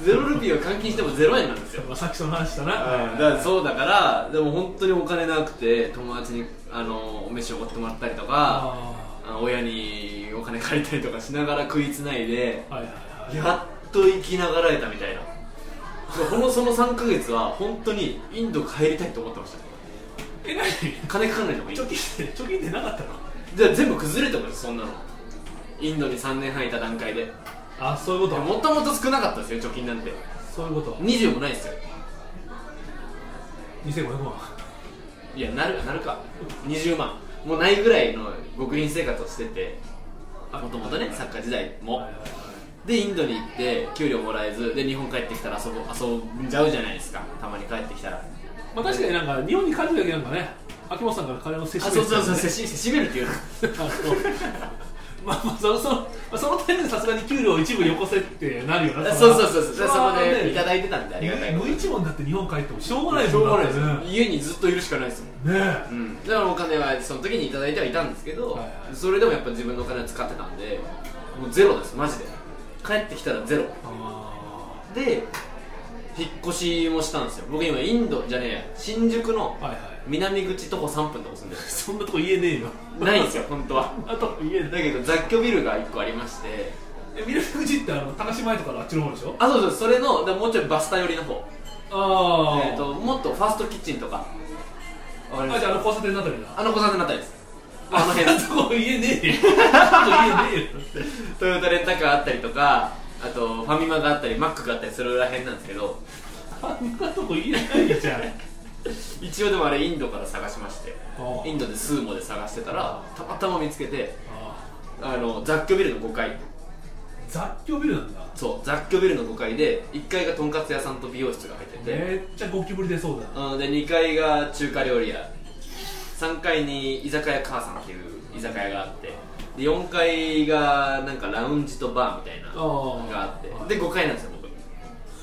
[SPEAKER 2] うゼロルピーを換金してもゼロ円なんですよ
[SPEAKER 3] まあさっきその話したな、
[SPEAKER 2] だからそうだからでも本当にお金なくて友達にあのお飯をおごってもらったりとか
[SPEAKER 3] あ
[SPEAKER 2] あの親にお金借りたりとかしながら食いつないで
[SPEAKER 3] ーはいはいはい
[SPEAKER 2] やっと生きながらえたみたいなこのその3ヶ月は本当にインド帰りたいと思ってました
[SPEAKER 3] え何
[SPEAKER 2] 金かかんないのがいい
[SPEAKER 3] 貯金って貯金ってなかったの
[SPEAKER 2] じゃあ全部崩れてもですそんなのインドに3年半いた段階で
[SPEAKER 3] あそういうこと
[SPEAKER 2] もともと少なかったですよ貯金なんて
[SPEAKER 3] そういうこと
[SPEAKER 2] 20もないですよ
[SPEAKER 3] 2500万
[SPEAKER 2] いやなるなるか20万もうないぐらいの極貧生活をしててもともとねサッカー時代も
[SPEAKER 3] はいはいはい
[SPEAKER 2] でインドに行って給料もらえずで日本帰ってきたら遊ぶ遊んじゃうじゃないですかたまに帰ってきたら
[SPEAKER 3] まあ確かになんか日本に帰るだけなんかね秋元さんから金の接
[SPEAKER 2] あ
[SPEAKER 3] 種
[SPEAKER 2] そうそうそうせしせしめるって いうの
[SPEAKER 3] あのまあまあそのそのまあその点でさすがに給料を一部よこせってなるよな
[SPEAKER 2] そうそうそうそうそこ
[SPEAKER 3] れは
[SPEAKER 2] で
[SPEAKER 3] ね
[SPEAKER 2] いただいてたんでありがたい
[SPEAKER 3] 無
[SPEAKER 2] こ
[SPEAKER 3] 一文だって日本帰ってもしょうがな
[SPEAKER 2] と
[SPEAKER 3] い
[SPEAKER 2] しょうがない
[SPEAKER 3] ね
[SPEAKER 2] ですよ家にずっといるしかないですもん
[SPEAKER 3] ね
[SPEAKER 2] うん、だからお金はその時にいただいてはいたんですけど、
[SPEAKER 3] はいはい
[SPEAKER 2] それでもやっぱ自分のお金は使ってたんでもうゼロですマジで帰ってきたらゼロ
[SPEAKER 3] あ
[SPEAKER 2] で引っ越しもしたんですよ僕今インドじゃねえや新宿の
[SPEAKER 3] ーはいはい
[SPEAKER 2] 南口徒歩3分とかするんです
[SPEAKER 3] そんなとこ言えねえよ
[SPEAKER 2] よない んですよ本当は
[SPEAKER 3] あとこ言えな
[SPEAKER 2] だ
[SPEAKER 3] い
[SPEAKER 2] けど雑居ビルが1個ありまして
[SPEAKER 3] え南口ってあの高島屋とかのあっちの方でしょ
[SPEAKER 2] あそうそうそれのだからもうちょいバスタ寄りの方
[SPEAKER 3] あ
[SPEAKER 2] えー、ともっとファーストキッチンとかわかりま
[SPEAKER 3] あ
[SPEAKER 2] す
[SPEAKER 3] じゃああの交差点のあたりだ
[SPEAKER 2] あの交差点のあたりですあの辺
[SPEAKER 3] あそこ言えねえよあそこ言えねえよ
[SPEAKER 2] トヨタレンタカーあったりとかあとファミマがあったりマックがあったりするらへんなんですけど
[SPEAKER 3] あんなとこ言えないじゃん
[SPEAKER 2] 一応でもあれインドから探しまして
[SPEAKER 3] ああ
[SPEAKER 2] インドでスーモで探してたらたまたま見つけて
[SPEAKER 3] あ
[SPEAKER 2] あの雑居ビルの5階
[SPEAKER 3] 雑居ビルなんだ
[SPEAKER 2] そう雑居ビルの5階で1階がとんかつ屋さんと美容室が入ってて、
[SPEAKER 3] めっちゃゴキブリ出そうだ
[SPEAKER 2] うんで2階が中華料理屋3階に居酒屋母さんっていう居酒屋があってで4階がなんかラウンジとバーみたいな
[SPEAKER 3] あ
[SPEAKER 2] の
[SPEAKER 3] ー
[SPEAKER 2] があってで5階なんですよ僕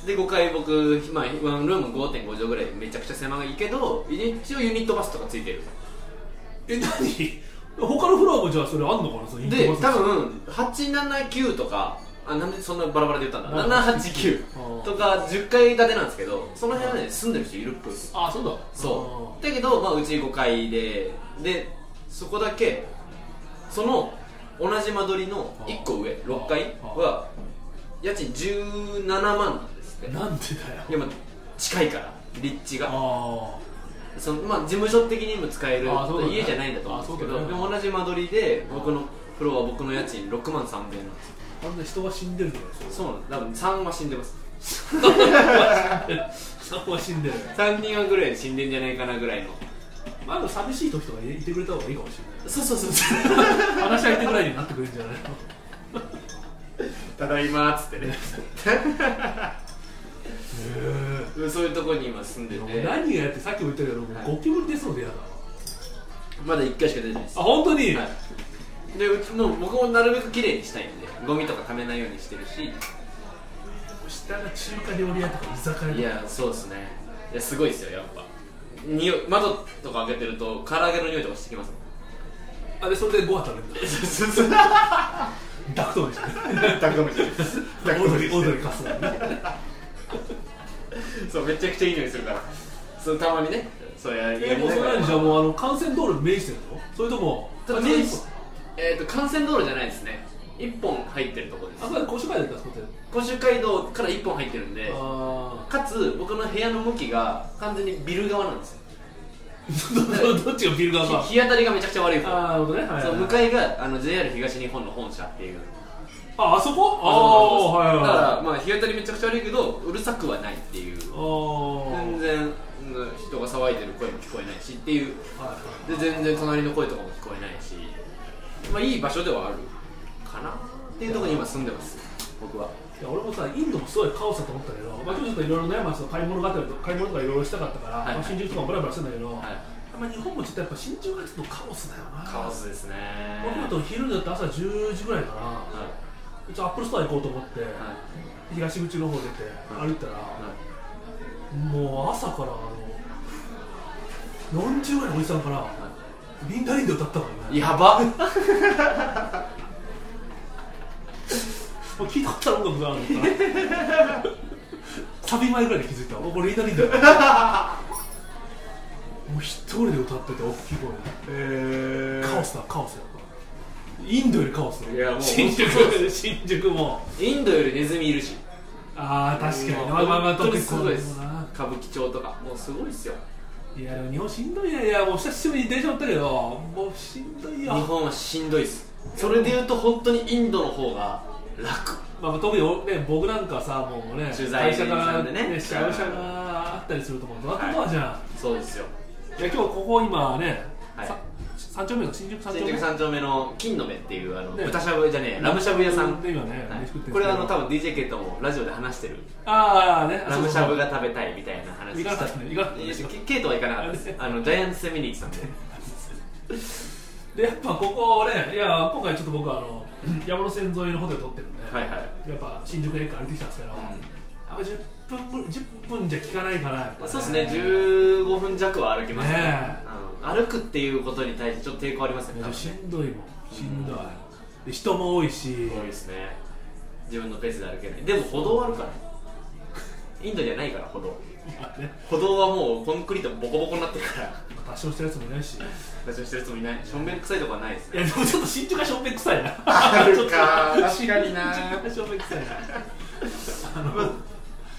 [SPEAKER 2] で5階僕、まあ、ワンルーム5.5畳ぐらいめちゃくちゃ狭いけど一応ユニットバスとかついてる
[SPEAKER 3] え何他のフロアもじゃあそれあんのかなそのイン
[SPEAKER 2] で
[SPEAKER 3] ドバス
[SPEAKER 2] 多分879とかあなんでそんなバラバラで言ったんだ789とか10階建てなんですけどその辺はね住んでる人いるっぽいです
[SPEAKER 3] あそうだ
[SPEAKER 2] そうだけど、まあ、うち5階ででそこだけその同じ間取りの1個上
[SPEAKER 3] あー
[SPEAKER 2] 6階は家賃17万なんですって
[SPEAKER 3] あーなんでだ よ
[SPEAKER 2] でも近いから立地が
[SPEAKER 3] あ
[SPEAKER 2] その、まあ、事務所的にも使える
[SPEAKER 3] あーそうだね
[SPEAKER 2] 家じゃないんだと思うんですけ
[SPEAKER 3] あ
[SPEAKER 2] ど、
[SPEAKER 3] ーそうだ
[SPEAKER 2] で
[SPEAKER 3] ね
[SPEAKER 2] も同じ間取りで僕のフロア僕の家賃6万3000円なんですよ
[SPEAKER 3] あんな人が死んでるのよ
[SPEAKER 2] そうなんだ多分3は死んでます
[SPEAKER 3] そこは死んでる
[SPEAKER 2] 3人はぐらい死んでんじゃないかなぐらいの
[SPEAKER 3] まあでも寂しい時とかいてくれた方がいいかもしれ
[SPEAKER 2] そうそうそうそう
[SPEAKER 3] ない話し相手ぐらいになってくれるんじゃないの
[SPEAKER 2] ただいまーっつってね そういうとこに今住んで
[SPEAKER 3] でも
[SPEAKER 2] て
[SPEAKER 3] 何がやってさっきも言ったけどもうゴキブリ出そうでやだわ
[SPEAKER 2] まだ1回しか出てないです
[SPEAKER 3] あ本当に、
[SPEAKER 2] はでうちの僕もなるべく綺麗にしたいんでゴミとか溜めないようにしてるし
[SPEAKER 3] 下が中華料理屋とか居酒屋
[SPEAKER 2] い
[SPEAKER 3] とか
[SPEAKER 2] やそうですねいやすごいですよやっぱ匂い窓とか開けてると唐揚げの匂いとかしてきますもん
[SPEAKER 3] あでそれでご飯食べるんだダクト でしたね
[SPEAKER 2] ダクト飯
[SPEAKER 3] オードリーオードリーカスだね
[SPEAKER 2] そうめちゃくちゃいい匂いするからそうたまにねそうや
[SPEAKER 3] えもうそれなんじゃもうあの幹線道路に面してるのそれとも
[SPEAKER 2] ただ
[SPEAKER 3] あ
[SPEAKER 2] メイン
[SPEAKER 3] それ
[SPEAKER 2] えっ、と幹線道路じゃないですね一本入ってるとこです
[SPEAKER 3] あそれ腰回だったらそこで
[SPEAKER 2] 甲州街道から一本入ってるんで
[SPEAKER 3] あ
[SPEAKER 2] かつ僕の部屋の向きが完全にビル側なんですよ
[SPEAKER 3] あ どっちがビル側か
[SPEAKER 2] ひ日当たりがめちゃくちゃ悪い方
[SPEAKER 3] ああなるほどねはい
[SPEAKER 2] そう向
[SPEAKER 3] はい
[SPEAKER 2] かいがあの JR 東日本の本社っていう
[SPEAKER 3] ああそこああはいはい
[SPEAKER 2] だか
[SPEAKER 3] は
[SPEAKER 2] らまあ日当たりめちゃくちゃ悪いけどうるさくはないっていう
[SPEAKER 3] いああ
[SPEAKER 2] 全然うん人が騒いでる声も聞こえないしっていう
[SPEAKER 3] はいはい
[SPEAKER 2] で全然隣の声とかも聞こえないしまあいい場所ではあるかなっていうところに今住んでます僕はい
[SPEAKER 3] や俺もさインドもすごいカオスだと思ったけど、まあ、今日ちょっといろいろね、まあ、その買い物があったりと買い物とかいろいろしたかったから、
[SPEAKER 2] はい
[SPEAKER 3] まあ、新宿とかもブラブラしてんだけど、
[SPEAKER 2] はい
[SPEAKER 3] まあ、日本もちょっとやっぱ新宿がちょっとカオスだよな
[SPEAKER 2] カオスですね
[SPEAKER 3] 僕だと昼だって朝10時ぐらいかな
[SPEAKER 2] は
[SPEAKER 3] うちアップルストア行こうと思って、
[SPEAKER 2] いはい
[SPEAKER 3] 東口の方出て
[SPEAKER 2] は
[SPEAKER 3] 歩いたら、
[SPEAKER 2] はい
[SPEAKER 3] もう朝からあの40ぐらいのおじさんから「リンダリンダ」歌ったからね
[SPEAKER 2] やば
[SPEAKER 3] もう聞いたことある音楽があるのか なサビ前ぐらいで気づいたおこれリンダリンダだもう一人で歌ってて大きい声で、
[SPEAKER 2] え
[SPEAKER 3] カオスだカオスやっぱインドよりカオスだ
[SPEAKER 2] いやもう
[SPEAKER 3] 新宿新宿も
[SPEAKER 2] インドよりネズミいるし
[SPEAKER 3] ああ確かに
[SPEAKER 2] も
[SPEAKER 3] まあ
[SPEAKER 2] う
[SPEAKER 3] まあまあ
[SPEAKER 2] 本当
[SPEAKER 3] 特
[SPEAKER 2] に
[SPEAKER 3] に
[SPEAKER 2] す
[SPEAKER 3] こ
[SPEAKER 2] ごい
[SPEAKER 3] れ
[SPEAKER 2] です
[SPEAKER 3] もな
[SPEAKER 2] 歌舞伎町とかもうすごいですよ
[SPEAKER 3] いやでも日本しんどいねいやもう久しぶりに電車乗ったけどもうしんどい
[SPEAKER 2] 日
[SPEAKER 3] よ
[SPEAKER 2] 本はしんどいですそれでいうと本当にインドの方が楽
[SPEAKER 3] まあ、特にお、ね、僕なんかさ、もうね、
[SPEAKER 2] 取材
[SPEAKER 3] 会社から、
[SPEAKER 2] 員さんでね
[SPEAKER 3] ね、社社があったりすると思う、ドラッグドアじゃん、
[SPEAKER 2] そうですよ
[SPEAKER 3] い、や今日ここ今ね、
[SPEAKER 2] はい
[SPEAKER 3] さ三丁目の新宿三丁
[SPEAKER 2] 新
[SPEAKER 3] 目
[SPEAKER 2] 宿三丁目の金の目っていうあの
[SPEAKER 3] ね
[SPEAKER 2] 豚しゃぶじゃねえラムしゃぶ屋さん
[SPEAKER 3] で今ね、
[SPEAKER 2] はい
[SPEAKER 3] 飯食ってるんですけど
[SPEAKER 2] これあの多分 DJ ケイトもラジオで話してる
[SPEAKER 3] ああね、
[SPEAKER 2] ラムしゃぶ
[SPEAKER 3] が
[SPEAKER 2] が食べたいみたいな話
[SPEAKER 3] 行かなかったね行かなかったね
[SPEAKER 2] いやケイトは行かなかったですあのジャイアンツ戦見に行ってたんで
[SPEAKER 3] でやっぱここね、いや今回ちょっと僕はあの山手線沿いのホテル取ってるんで、
[SPEAKER 2] はいはい
[SPEAKER 3] やっぱ新宿駅から歩いてきたんですけど、やっぱ十分ぐ十分じゃ効かないから、やっぱ
[SPEAKER 2] そうですね15分弱は歩きますね
[SPEAKER 3] ね
[SPEAKER 2] あの歩くっていうことに対してちょっと抵抗ありますよね
[SPEAKER 3] い
[SPEAKER 2] 多
[SPEAKER 3] やでも
[SPEAKER 2] 分ね
[SPEAKER 3] しんどいもん、しんどい、で人も多いし。
[SPEAKER 2] 多いですね自分のペースで歩けないでも歩道はあるからインドじゃないから歩道
[SPEAKER 3] まあね
[SPEAKER 2] 歩道はもうコンクリートボコボコになってるから
[SPEAKER 3] 多少してるやつもいないしい
[SPEAKER 2] 立ちしてる人もいないしょんべん臭いとこはないですね
[SPEAKER 3] やでもちょっと新宿がしょんべん臭いな
[SPEAKER 2] あるか
[SPEAKER 3] ちょっと
[SPEAKER 2] 確かにな
[SPEAKER 3] 新宿がしょんべん臭いなあの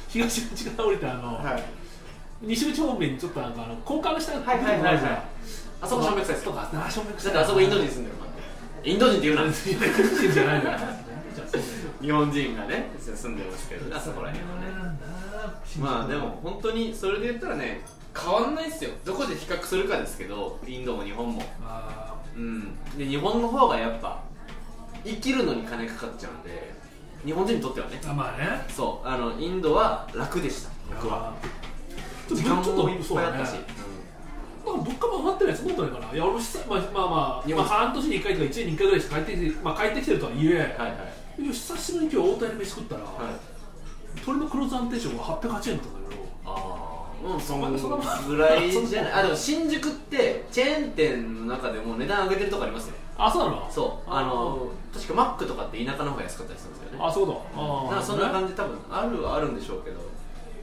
[SPEAKER 3] 東口から降りたあの、
[SPEAKER 2] はい
[SPEAKER 3] 西口方面にちょっとなんかあの高架の下が
[SPEAKER 2] はいはいはいはいあ
[SPEAKER 3] あ
[SPEAKER 2] そこしょんべん臭いです
[SPEAKER 3] とかあしょんべん臭
[SPEAKER 2] だ
[SPEAKER 3] い
[SPEAKER 2] ってあそこインド人住んでるからインド人って言うな
[SPEAKER 3] インド人じゃないのよじゃあそうだよ
[SPEAKER 2] 日本人がね住んでますけどあそこら辺はねまあでも本当にそれで言ったらね変わんないっすよどこで比較するかですけどインドも日本も
[SPEAKER 3] あ
[SPEAKER 2] うんで日本の方がやっぱ生きるのに金かかっちゃうんで日本人にとってはね
[SPEAKER 3] ーあまあね
[SPEAKER 2] そうあのインドは楽でした僕は
[SPEAKER 3] ちょっ
[SPEAKER 2] 時
[SPEAKER 3] と
[SPEAKER 2] 間
[SPEAKER 3] ちょっ
[SPEAKER 2] も
[SPEAKER 3] と
[SPEAKER 2] いっ
[SPEAKER 3] そう
[SPEAKER 2] ぱい
[SPEAKER 3] だ
[SPEAKER 2] あっ
[SPEAKER 3] ね
[SPEAKER 2] たし、
[SPEAKER 3] なんか物価も上がってないそんなことないかないや俺もしまあまあまあ、
[SPEAKER 2] 日
[SPEAKER 3] ま
[SPEAKER 2] 本
[SPEAKER 3] あ、半年に1回とか1年に1回ぐらいしか帰ってきて,、まあ、帰ってきてるとはいえ、
[SPEAKER 2] はいはい
[SPEAKER 3] いや久しぶりに今日大谷飯食ったら、
[SPEAKER 2] はい
[SPEAKER 3] 鶏の黒酢安定食が808円とかだけど
[SPEAKER 2] ああうんそ
[SPEAKER 3] その
[SPEAKER 2] のぐらいじゃないあでも新宿ってチェーン店の中でも値段上げてるとこありますね
[SPEAKER 3] あそうなの
[SPEAKER 2] そうあの確かマックとかって田舎の方が安かったりするんですよね
[SPEAKER 3] あそうだあ
[SPEAKER 2] だ
[SPEAKER 3] ー
[SPEAKER 2] からそんな感じ多分あるはあるんでしょうけど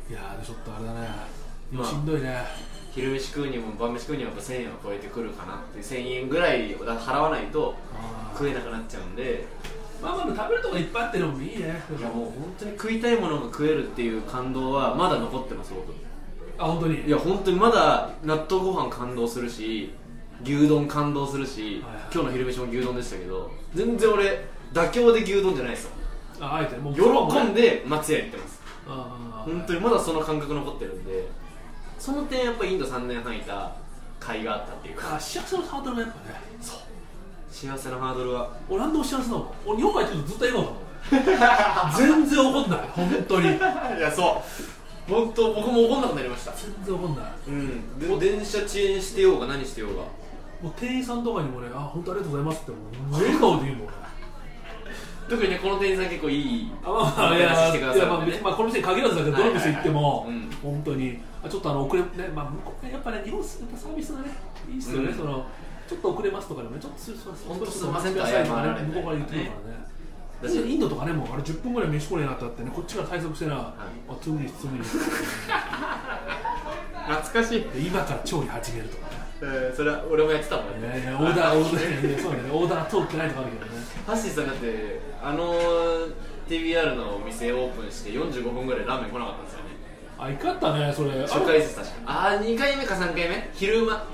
[SPEAKER 3] いやーでちょっとあれだね
[SPEAKER 2] まあ
[SPEAKER 3] しんどいね、
[SPEAKER 2] 昼飯食うにも晩飯食うにもやっぱ1000円を超えてくるかなって1000円ぐらいを払わないと
[SPEAKER 3] あー
[SPEAKER 2] 食えなくなっちゃうんで
[SPEAKER 3] まあまあでも食べるとこいっぱいあってでもいいね
[SPEAKER 2] いやもう本当に食いたいものが食えるっていう感動はまだ残ってます僕
[SPEAKER 3] あ本当に
[SPEAKER 2] いや本当にまだ納豆ご飯感動するし牛丼感動するし、
[SPEAKER 3] はいはい
[SPEAKER 2] 今日の昼飯も牛丼でしたけど全然俺妥協で牛丼じゃないですよ
[SPEAKER 3] ああえてもう
[SPEAKER 2] 喜ん
[SPEAKER 3] で
[SPEAKER 2] で松屋行ってます
[SPEAKER 3] あー
[SPEAKER 2] 本当にまだその感覚残ってるんでその点やっぱインド3年半いた甲斐があったっていうか
[SPEAKER 3] あ幸せのハードルがやっぱね
[SPEAKER 2] 幸せのハード ルは
[SPEAKER 3] 俺なんでも幸せなの俺日本帰ってくるとずっと笑顔だもん全然怒んない本当に全
[SPEAKER 2] いやそう本当僕も怒んなくなりました
[SPEAKER 3] 然怒んない
[SPEAKER 2] うんで電車遅延してようが何してようが
[SPEAKER 3] もう店員さんとかにもねあ本当ありがとうございますってもう笑顔で言うもん俺
[SPEAKER 2] 特にねこの店員さん結構いい
[SPEAKER 3] あまあまあ、い
[SPEAKER 2] お話し
[SPEAKER 3] や
[SPEAKER 2] して
[SPEAKER 3] い
[SPEAKER 2] くださる
[SPEAKER 3] や
[SPEAKER 2] ん
[SPEAKER 3] まあ、
[SPEAKER 2] で
[SPEAKER 3] 別
[SPEAKER 2] ね
[SPEAKER 3] にまあこの店に限らずだけど、どの店行っても、
[SPEAKER 2] はいはいはい
[SPEAKER 3] 本当に、あちょっとあの遅れ、ね、まあ、向こうやっぱね、日本、やっぱサービスがね、いいっすよね、
[SPEAKER 2] うん
[SPEAKER 3] その。ちょっと遅れますとかでもね、ちょっとすす
[SPEAKER 2] 本当
[SPEAKER 3] ちょっ
[SPEAKER 2] すいません
[SPEAKER 3] とお待ちくださいとか
[SPEAKER 2] 謝られ
[SPEAKER 3] ね、
[SPEAKER 2] て
[SPEAKER 3] 向こうから言ってくるからね。
[SPEAKER 2] だし
[SPEAKER 3] インドとかね、もうあれ10分ぐらい飯来ねえなってあってね、こっちから対策してな、あ、トゥーリス、トゥーリス、
[SPEAKER 2] 懐かしい、
[SPEAKER 3] で今から調理始めるとかね、
[SPEAKER 2] えーそれは俺もやってたもん
[SPEAKER 3] いやいやオーダー、オーダー、いやそうだね、オーダー通ってないとかあるけどね、
[SPEAKER 2] ハッシーさんだってあの TBR のお店オープンして45分ぐらいラーメン来なかったんですよね
[SPEAKER 3] あ、怒ったね、それ、
[SPEAKER 2] 初回です確かああ2回目か3回目昼間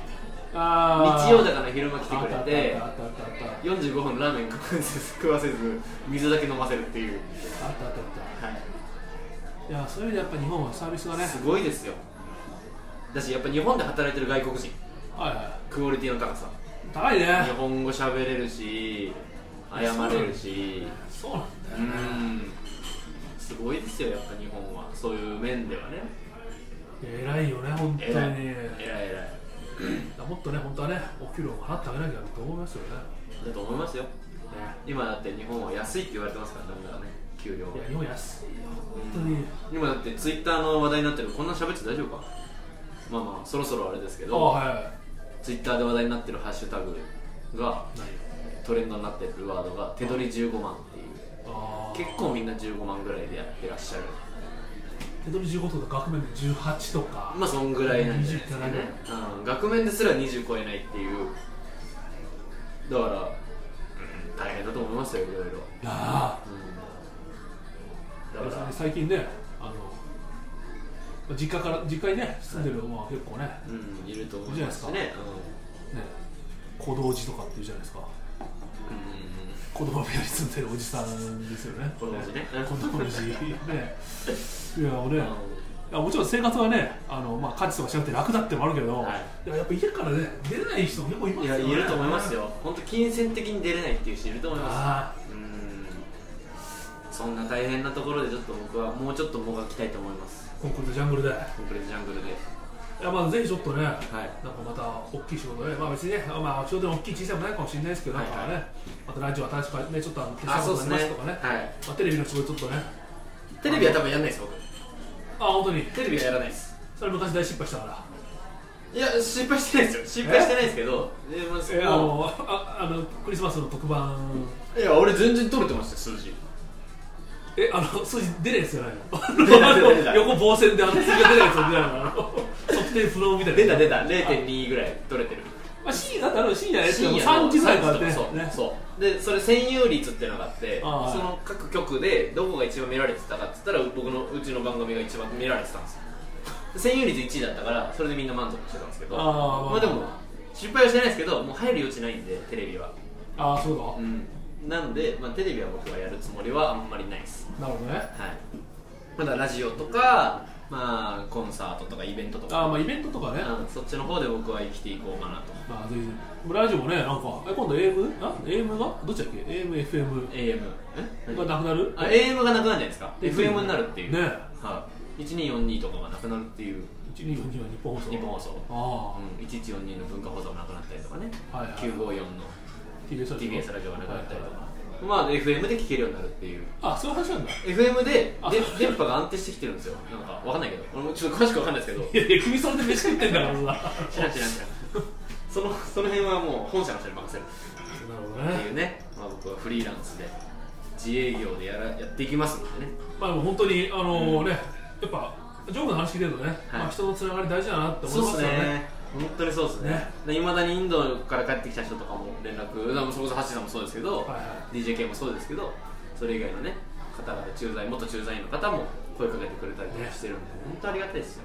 [SPEAKER 3] あー
[SPEAKER 2] 日曜だから昼間来て
[SPEAKER 3] あっ
[SPEAKER 2] く
[SPEAKER 3] たあっ
[SPEAKER 2] れ
[SPEAKER 3] た
[SPEAKER 2] て
[SPEAKER 3] あったあったあった。
[SPEAKER 2] 45分ラーメン食わせず食わせず水だけ飲ませるっていう、
[SPEAKER 3] あったあったあったいやそういう意味でやっぱ日本はサービスがね
[SPEAKER 2] すごいですよだしやっぱ日本で働いてる外国人
[SPEAKER 3] はいは
[SPEAKER 2] クオリティの高さ
[SPEAKER 3] い高い
[SPEAKER 2] 日
[SPEAKER 3] ね
[SPEAKER 2] 本語喋れるし謝れるし
[SPEAKER 3] そうなんだよ
[SPEAKER 2] う
[SPEAKER 3] ね
[SPEAKER 2] んすごいですよやっぱ日本はそういう面ではね
[SPEAKER 3] 偉いよね本当に
[SPEAKER 2] 偉い偉い偉い
[SPEAKER 3] もっとね本当はねお給料を払ってあげなきゃと思いますよね
[SPEAKER 2] だと思いますよ今だって日本は安いって言われてますからねなんかね給料
[SPEAKER 3] いや日本安いよ本当に
[SPEAKER 2] 今だってツイッターの話題になってるこんな喋って大丈夫かまあまあそろそろあれですけ
[SPEAKER 3] あ
[SPEAKER 2] ど
[SPEAKER 3] はいはい
[SPEAKER 2] ツイッターで話題になってるハッシュタグがトレンドになってるワードが手取り15万っていう
[SPEAKER 3] あー
[SPEAKER 2] 結構みんな15万ぐらいでやってらっしゃる
[SPEAKER 3] 手取り15とか額面で18とか
[SPEAKER 2] まあそんぐらいなんじゃないですかね
[SPEAKER 3] 20、
[SPEAKER 2] うん、額面ですら20超えないっていうだから、うん大変だと思いますよいろいろ、うん
[SPEAKER 3] なあ
[SPEAKER 2] だから
[SPEAKER 3] 最近ねあのまあ実家から実家にね住んでるのは結構ねね
[SPEAKER 2] うんいると思いますし
[SPEAKER 3] いい
[SPEAKER 2] ね
[SPEAKER 3] 小道寺とかっていうじゃないですか
[SPEAKER 2] うんうん
[SPEAKER 3] 子供部屋に住んでるおじさんですよね
[SPEAKER 2] 子供じね
[SPEAKER 3] 子供じねいや俺
[SPEAKER 2] う
[SPEAKER 3] い
[SPEAKER 2] ん
[SPEAKER 3] やもちろん生活はねあの、まあ、家事とかしなくて楽だってのもあるけど、、
[SPEAKER 2] はい
[SPEAKER 3] ややっぱ家からね出れない人も結構います
[SPEAKER 2] い
[SPEAKER 3] よ
[SPEAKER 2] や
[SPEAKER 3] ね
[SPEAKER 2] いると思いますよ本当金銭的に出れないっていう人いると思いま
[SPEAKER 3] あ
[SPEAKER 2] すうんそんな大変なところでちょっと僕はもうちょっともがきたいと思います
[SPEAKER 3] あコンクリートジャングルでい
[SPEAKER 2] コンクリートジャングルで
[SPEAKER 3] やまあぜひちょっとね、
[SPEAKER 2] はい
[SPEAKER 3] なんかまた大きい仕事で、まあ、別にね、まあ、仕事の大きい小さいもないかもしれないですけど、
[SPEAKER 2] はいはい
[SPEAKER 3] なんかね、またラジオ新しくねちょっとあの
[SPEAKER 2] あそう
[SPEAKER 3] 消
[SPEAKER 2] で
[SPEAKER 3] した
[SPEAKER 2] すね
[SPEAKER 3] ことになりますとかね
[SPEAKER 2] はい
[SPEAKER 3] まあ、テレビの仕事ちょっとね
[SPEAKER 2] テレビは多分やんないです僕
[SPEAKER 3] あ本当に
[SPEAKER 2] テレビはやらないです
[SPEAKER 3] それ昔大失敗したから
[SPEAKER 2] いや失敗してないですよ失敗してないですけどえーまあそ
[SPEAKER 3] えあ
[SPEAKER 2] こ
[SPEAKER 3] のああのクリスマスの特番
[SPEAKER 2] いや俺全然取れてましたよ数字
[SPEAKER 3] えあの数字出ないやつじゃないの
[SPEAKER 2] 出ない
[SPEAKER 3] あ
[SPEAKER 2] 出ない出な
[SPEAKER 3] の
[SPEAKER 2] い
[SPEAKER 3] 横棒線であの数字が出ないやつじゃないのあの測定不能みたいな
[SPEAKER 2] 出た出た0.2ぐらい取れてる
[SPEAKER 3] まあ、深夜だったら深夜やつ
[SPEAKER 2] 深夜
[SPEAKER 3] 3
[SPEAKER 2] の
[SPEAKER 3] 時ぐらいからね
[SPEAKER 2] そう、
[SPEAKER 3] ね
[SPEAKER 2] そうでそれ占有率っていうのがあってそ
[SPEAKER 3] ああ
[SPEAKER 2] の各局でどこが一番見られてたかっつったら僕のうちの番組が一番見られてたんですよ占有率1位だったからそれでみんな満足してたんですけど
[SPEAKER 3] ああまあ
[SPEAKER 2] まあでも失敗はしてないですけどもう入る余地ないんでテレビは
[SPEAKER 3] ああそうだ、
[SPEAKER 2] うんなんで、まあ、テレビは僕はやるつもりはあんまりないです
[SPEAKER 3] なるほどね
[SPEAKER 2] はいまだラジオとかまあコンサートとかイベントと
[SPEAKER 3] あ
[SPEAKER 2] か
[SPEAKER 3] あまあイベントとかね、
[SPEAKER 2] うんそっちの方で僕は生きていこうかなと
[SPEAKER 3] まあ、ぜひラジオもね、なんか、え今度 AM? あ AM がどっちだっけ ?AM、FM
[SPEAKER 2] AM え
[SPEAKER 3] がなくなる
[SPEAKER 2] あ AM がなくなるんじゃないですか
[SPEAKER 3] で
[SPEAKER 2] FM になるっていう、
[SPEAKER 3] ね
[SPEAKER 2] はい、1242とかがなくなるっていう
[SPEAKER 3] 1242は日本放送。
[SPEAKER 2] 日本放送、
[SPEAKER 3] あ
[SPEAKER 2] うん、1142の文化放送がなくなったりとかね、
[SPEAKER 3] はいはい
[SPEAKER 2] 954
[SPEAKER 3] あ、
[SPEAKER 2] の
[SPEAKER 3] TBS ラジオ。
[SPEAKER 2] TBS ラジオがなくなったりとか
[SPEAKER 3] はいはい、
[SPEAKER 2] まあ FM で聴けるようになるっていう
[SPEAKER 3] あ、そういう話なんだ。
[SPEAKER 2] FM で
[SPEAKER 3] あ
[SPEAKER 2] で
[SPEAKER 3] そう
[SPEAKER 2] 電波が安定してきてるんですよなんかわかんないけど俺もちょっと詳しくわかんないですけど
[SPEAKER 3] いやいや、君それで飯食ってんだからさ。なる
[SPEAKER 2] 知らん知らん知らんそのその辺はもう本社の人に任せる
[SPEAKER 3] ほど
[SPEAKER 2] ってい
[SPEAKER 3] ね。
[SPEAKER 2] うね、まあ、僕はフリーランスで自営業でやらやっていきますんでね
[SPEAKER 3] まあ、でも本当に、あのね、やっぱ、ジョークの話聞いてるとね、まあ、人のつながり大事だなって思い
[SPEAKER 2] そう
[SPEAKER 3] ま
[SPEAKER 2] っす
[SPEAKER 3] すよね。
[SPEAKER 2] ね本当にそうですね
[SPEAKER 3] ね
[SPEAKER 2] いまだにインドから帰ってきた人とかも連絡だからそれこそ橋さんもそうですけど、
[SPEAKER 3] いは
[SPEAKER 2] DJK もそうですけどそれ以外のね方々駐在元駐在員の方も声かけてくれたりとかしてるんで、本当ありがたいですよ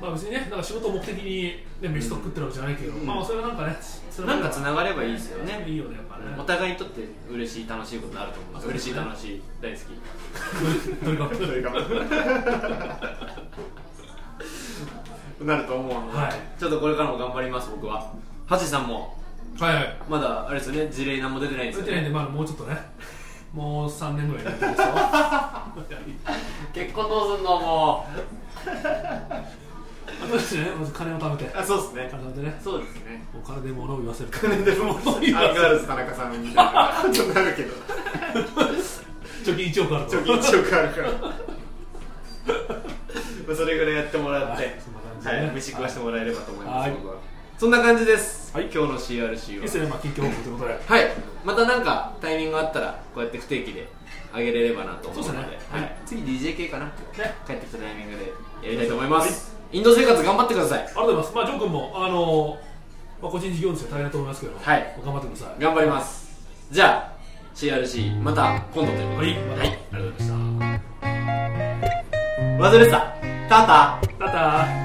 [SPEAKER 3] まあ、別にね、なんか仕事を目的に、ね、飯と食ってるわけじゃないけど、
[SPEAKER 2] うん
[SPEAKER 3] まあ、それはなんかね、つ
[SPEAKER 2] なんかつ
[SPEAKER 3] つ
[SPEAKER 2] ながればいいですよ
[SPEAKER 3] ね、
[SPEAKER 2] ね
[SPEAKER 3] いいよね、やっぱ
[SPEAKER 2] お
[SPEAKER 3] ね。
[SPEAKER 2] 互いにとって嬉しい楽しいことあると思うんです
[SPEAKER 3] そうで
[SPEAKER 2] 嬉
[SPEAKER 3] す
[SPEAKER 2] しい
[SPEAKER 3] ね
[SPEAKER 2] 楽しい大好き
[SPEAKER 3] とにかく。
[SPEAKER 2] なると思うので、
[SPEAKER 3] はい
[SPEAKER 2] ちょっとこれからも頑張ります僕は橋さんも
[SPEAKER 3] はいはい。
[SPEAKER 2] まだあれですよね事例何も出てないです
[SPEAKER 3] 出
[SPEAKER 2] よ
[SPEAKER 3] てないん
[SPEAKER 2] ね
[SPEAKER 3] で、まあ、もうちょっと ね、もう3年ぐらいやってるん ですよ。
[SPEAKER 2] 結婚どうすんのもう
[SPEAKER 3] そうですね、まず金を貯めて、
[SPEAKER 2] あそうですね
[SPEAKER 3] 金を貯めてね、
[SPEAKER 2] そうですね
[SPEAKER 3] お金で物を言わせる。
[SPEAKER 2] でも
[SPEAKER 3] ういう
[SPEAKER 2] アンガールズ田中さんみたいなちょっとなるけど
[SPEAKER 3] 貯金1億あると。
[SPEAKER 2] 貯金1億あるからまあそれぐらいやってもらっ
[SPEAKER 3] は
[SPEAKER 2] て、
[SPEAKER 3] いそんな感じでね
[SPEAKER 2] はい飯食わしてもらえればと思います、
[SPEAKER 3] はい
[SPEAKER 2] 僕はそんな感じです、
[SPEAKER 3] はい
[SPEAKER 2] 今日の CRC
[SPEAKER 3] い
[SPEAKER 2] はい
[SPEAKER 3] ですね、まあ、近況報告ということで。
[SPEAKER 2] はいまたなんかタイミングがあったらこうやって不定期で上げれればなと思うので
[SPEAKER 3] そうですね
[SPEAKER 2] はい
[SPEAKER 3] はい
[SPEAKER 2] 次 DJ 系かな、帰ってきたタイミングでやりたいと思います、インド生活頑張ってください
[SPEAKER 3] ありがとうございます。まあ、ジョー君も、あのーまあ、個人事業主は大変だと思いますけど、
[SPEAKER 2] はい
[SPEAKER 3] 頑張ってください。
[SPEAKER 2] 頑張りますじゃあ CRC また今度ということ
[SPEAKER 3] は
[SPEAKER 2] で
[SPEAKER 3] いまた
[SPEAKER 2] はい、ありがとうございました忘れてたタタ
[SPEAKER 3] たたー。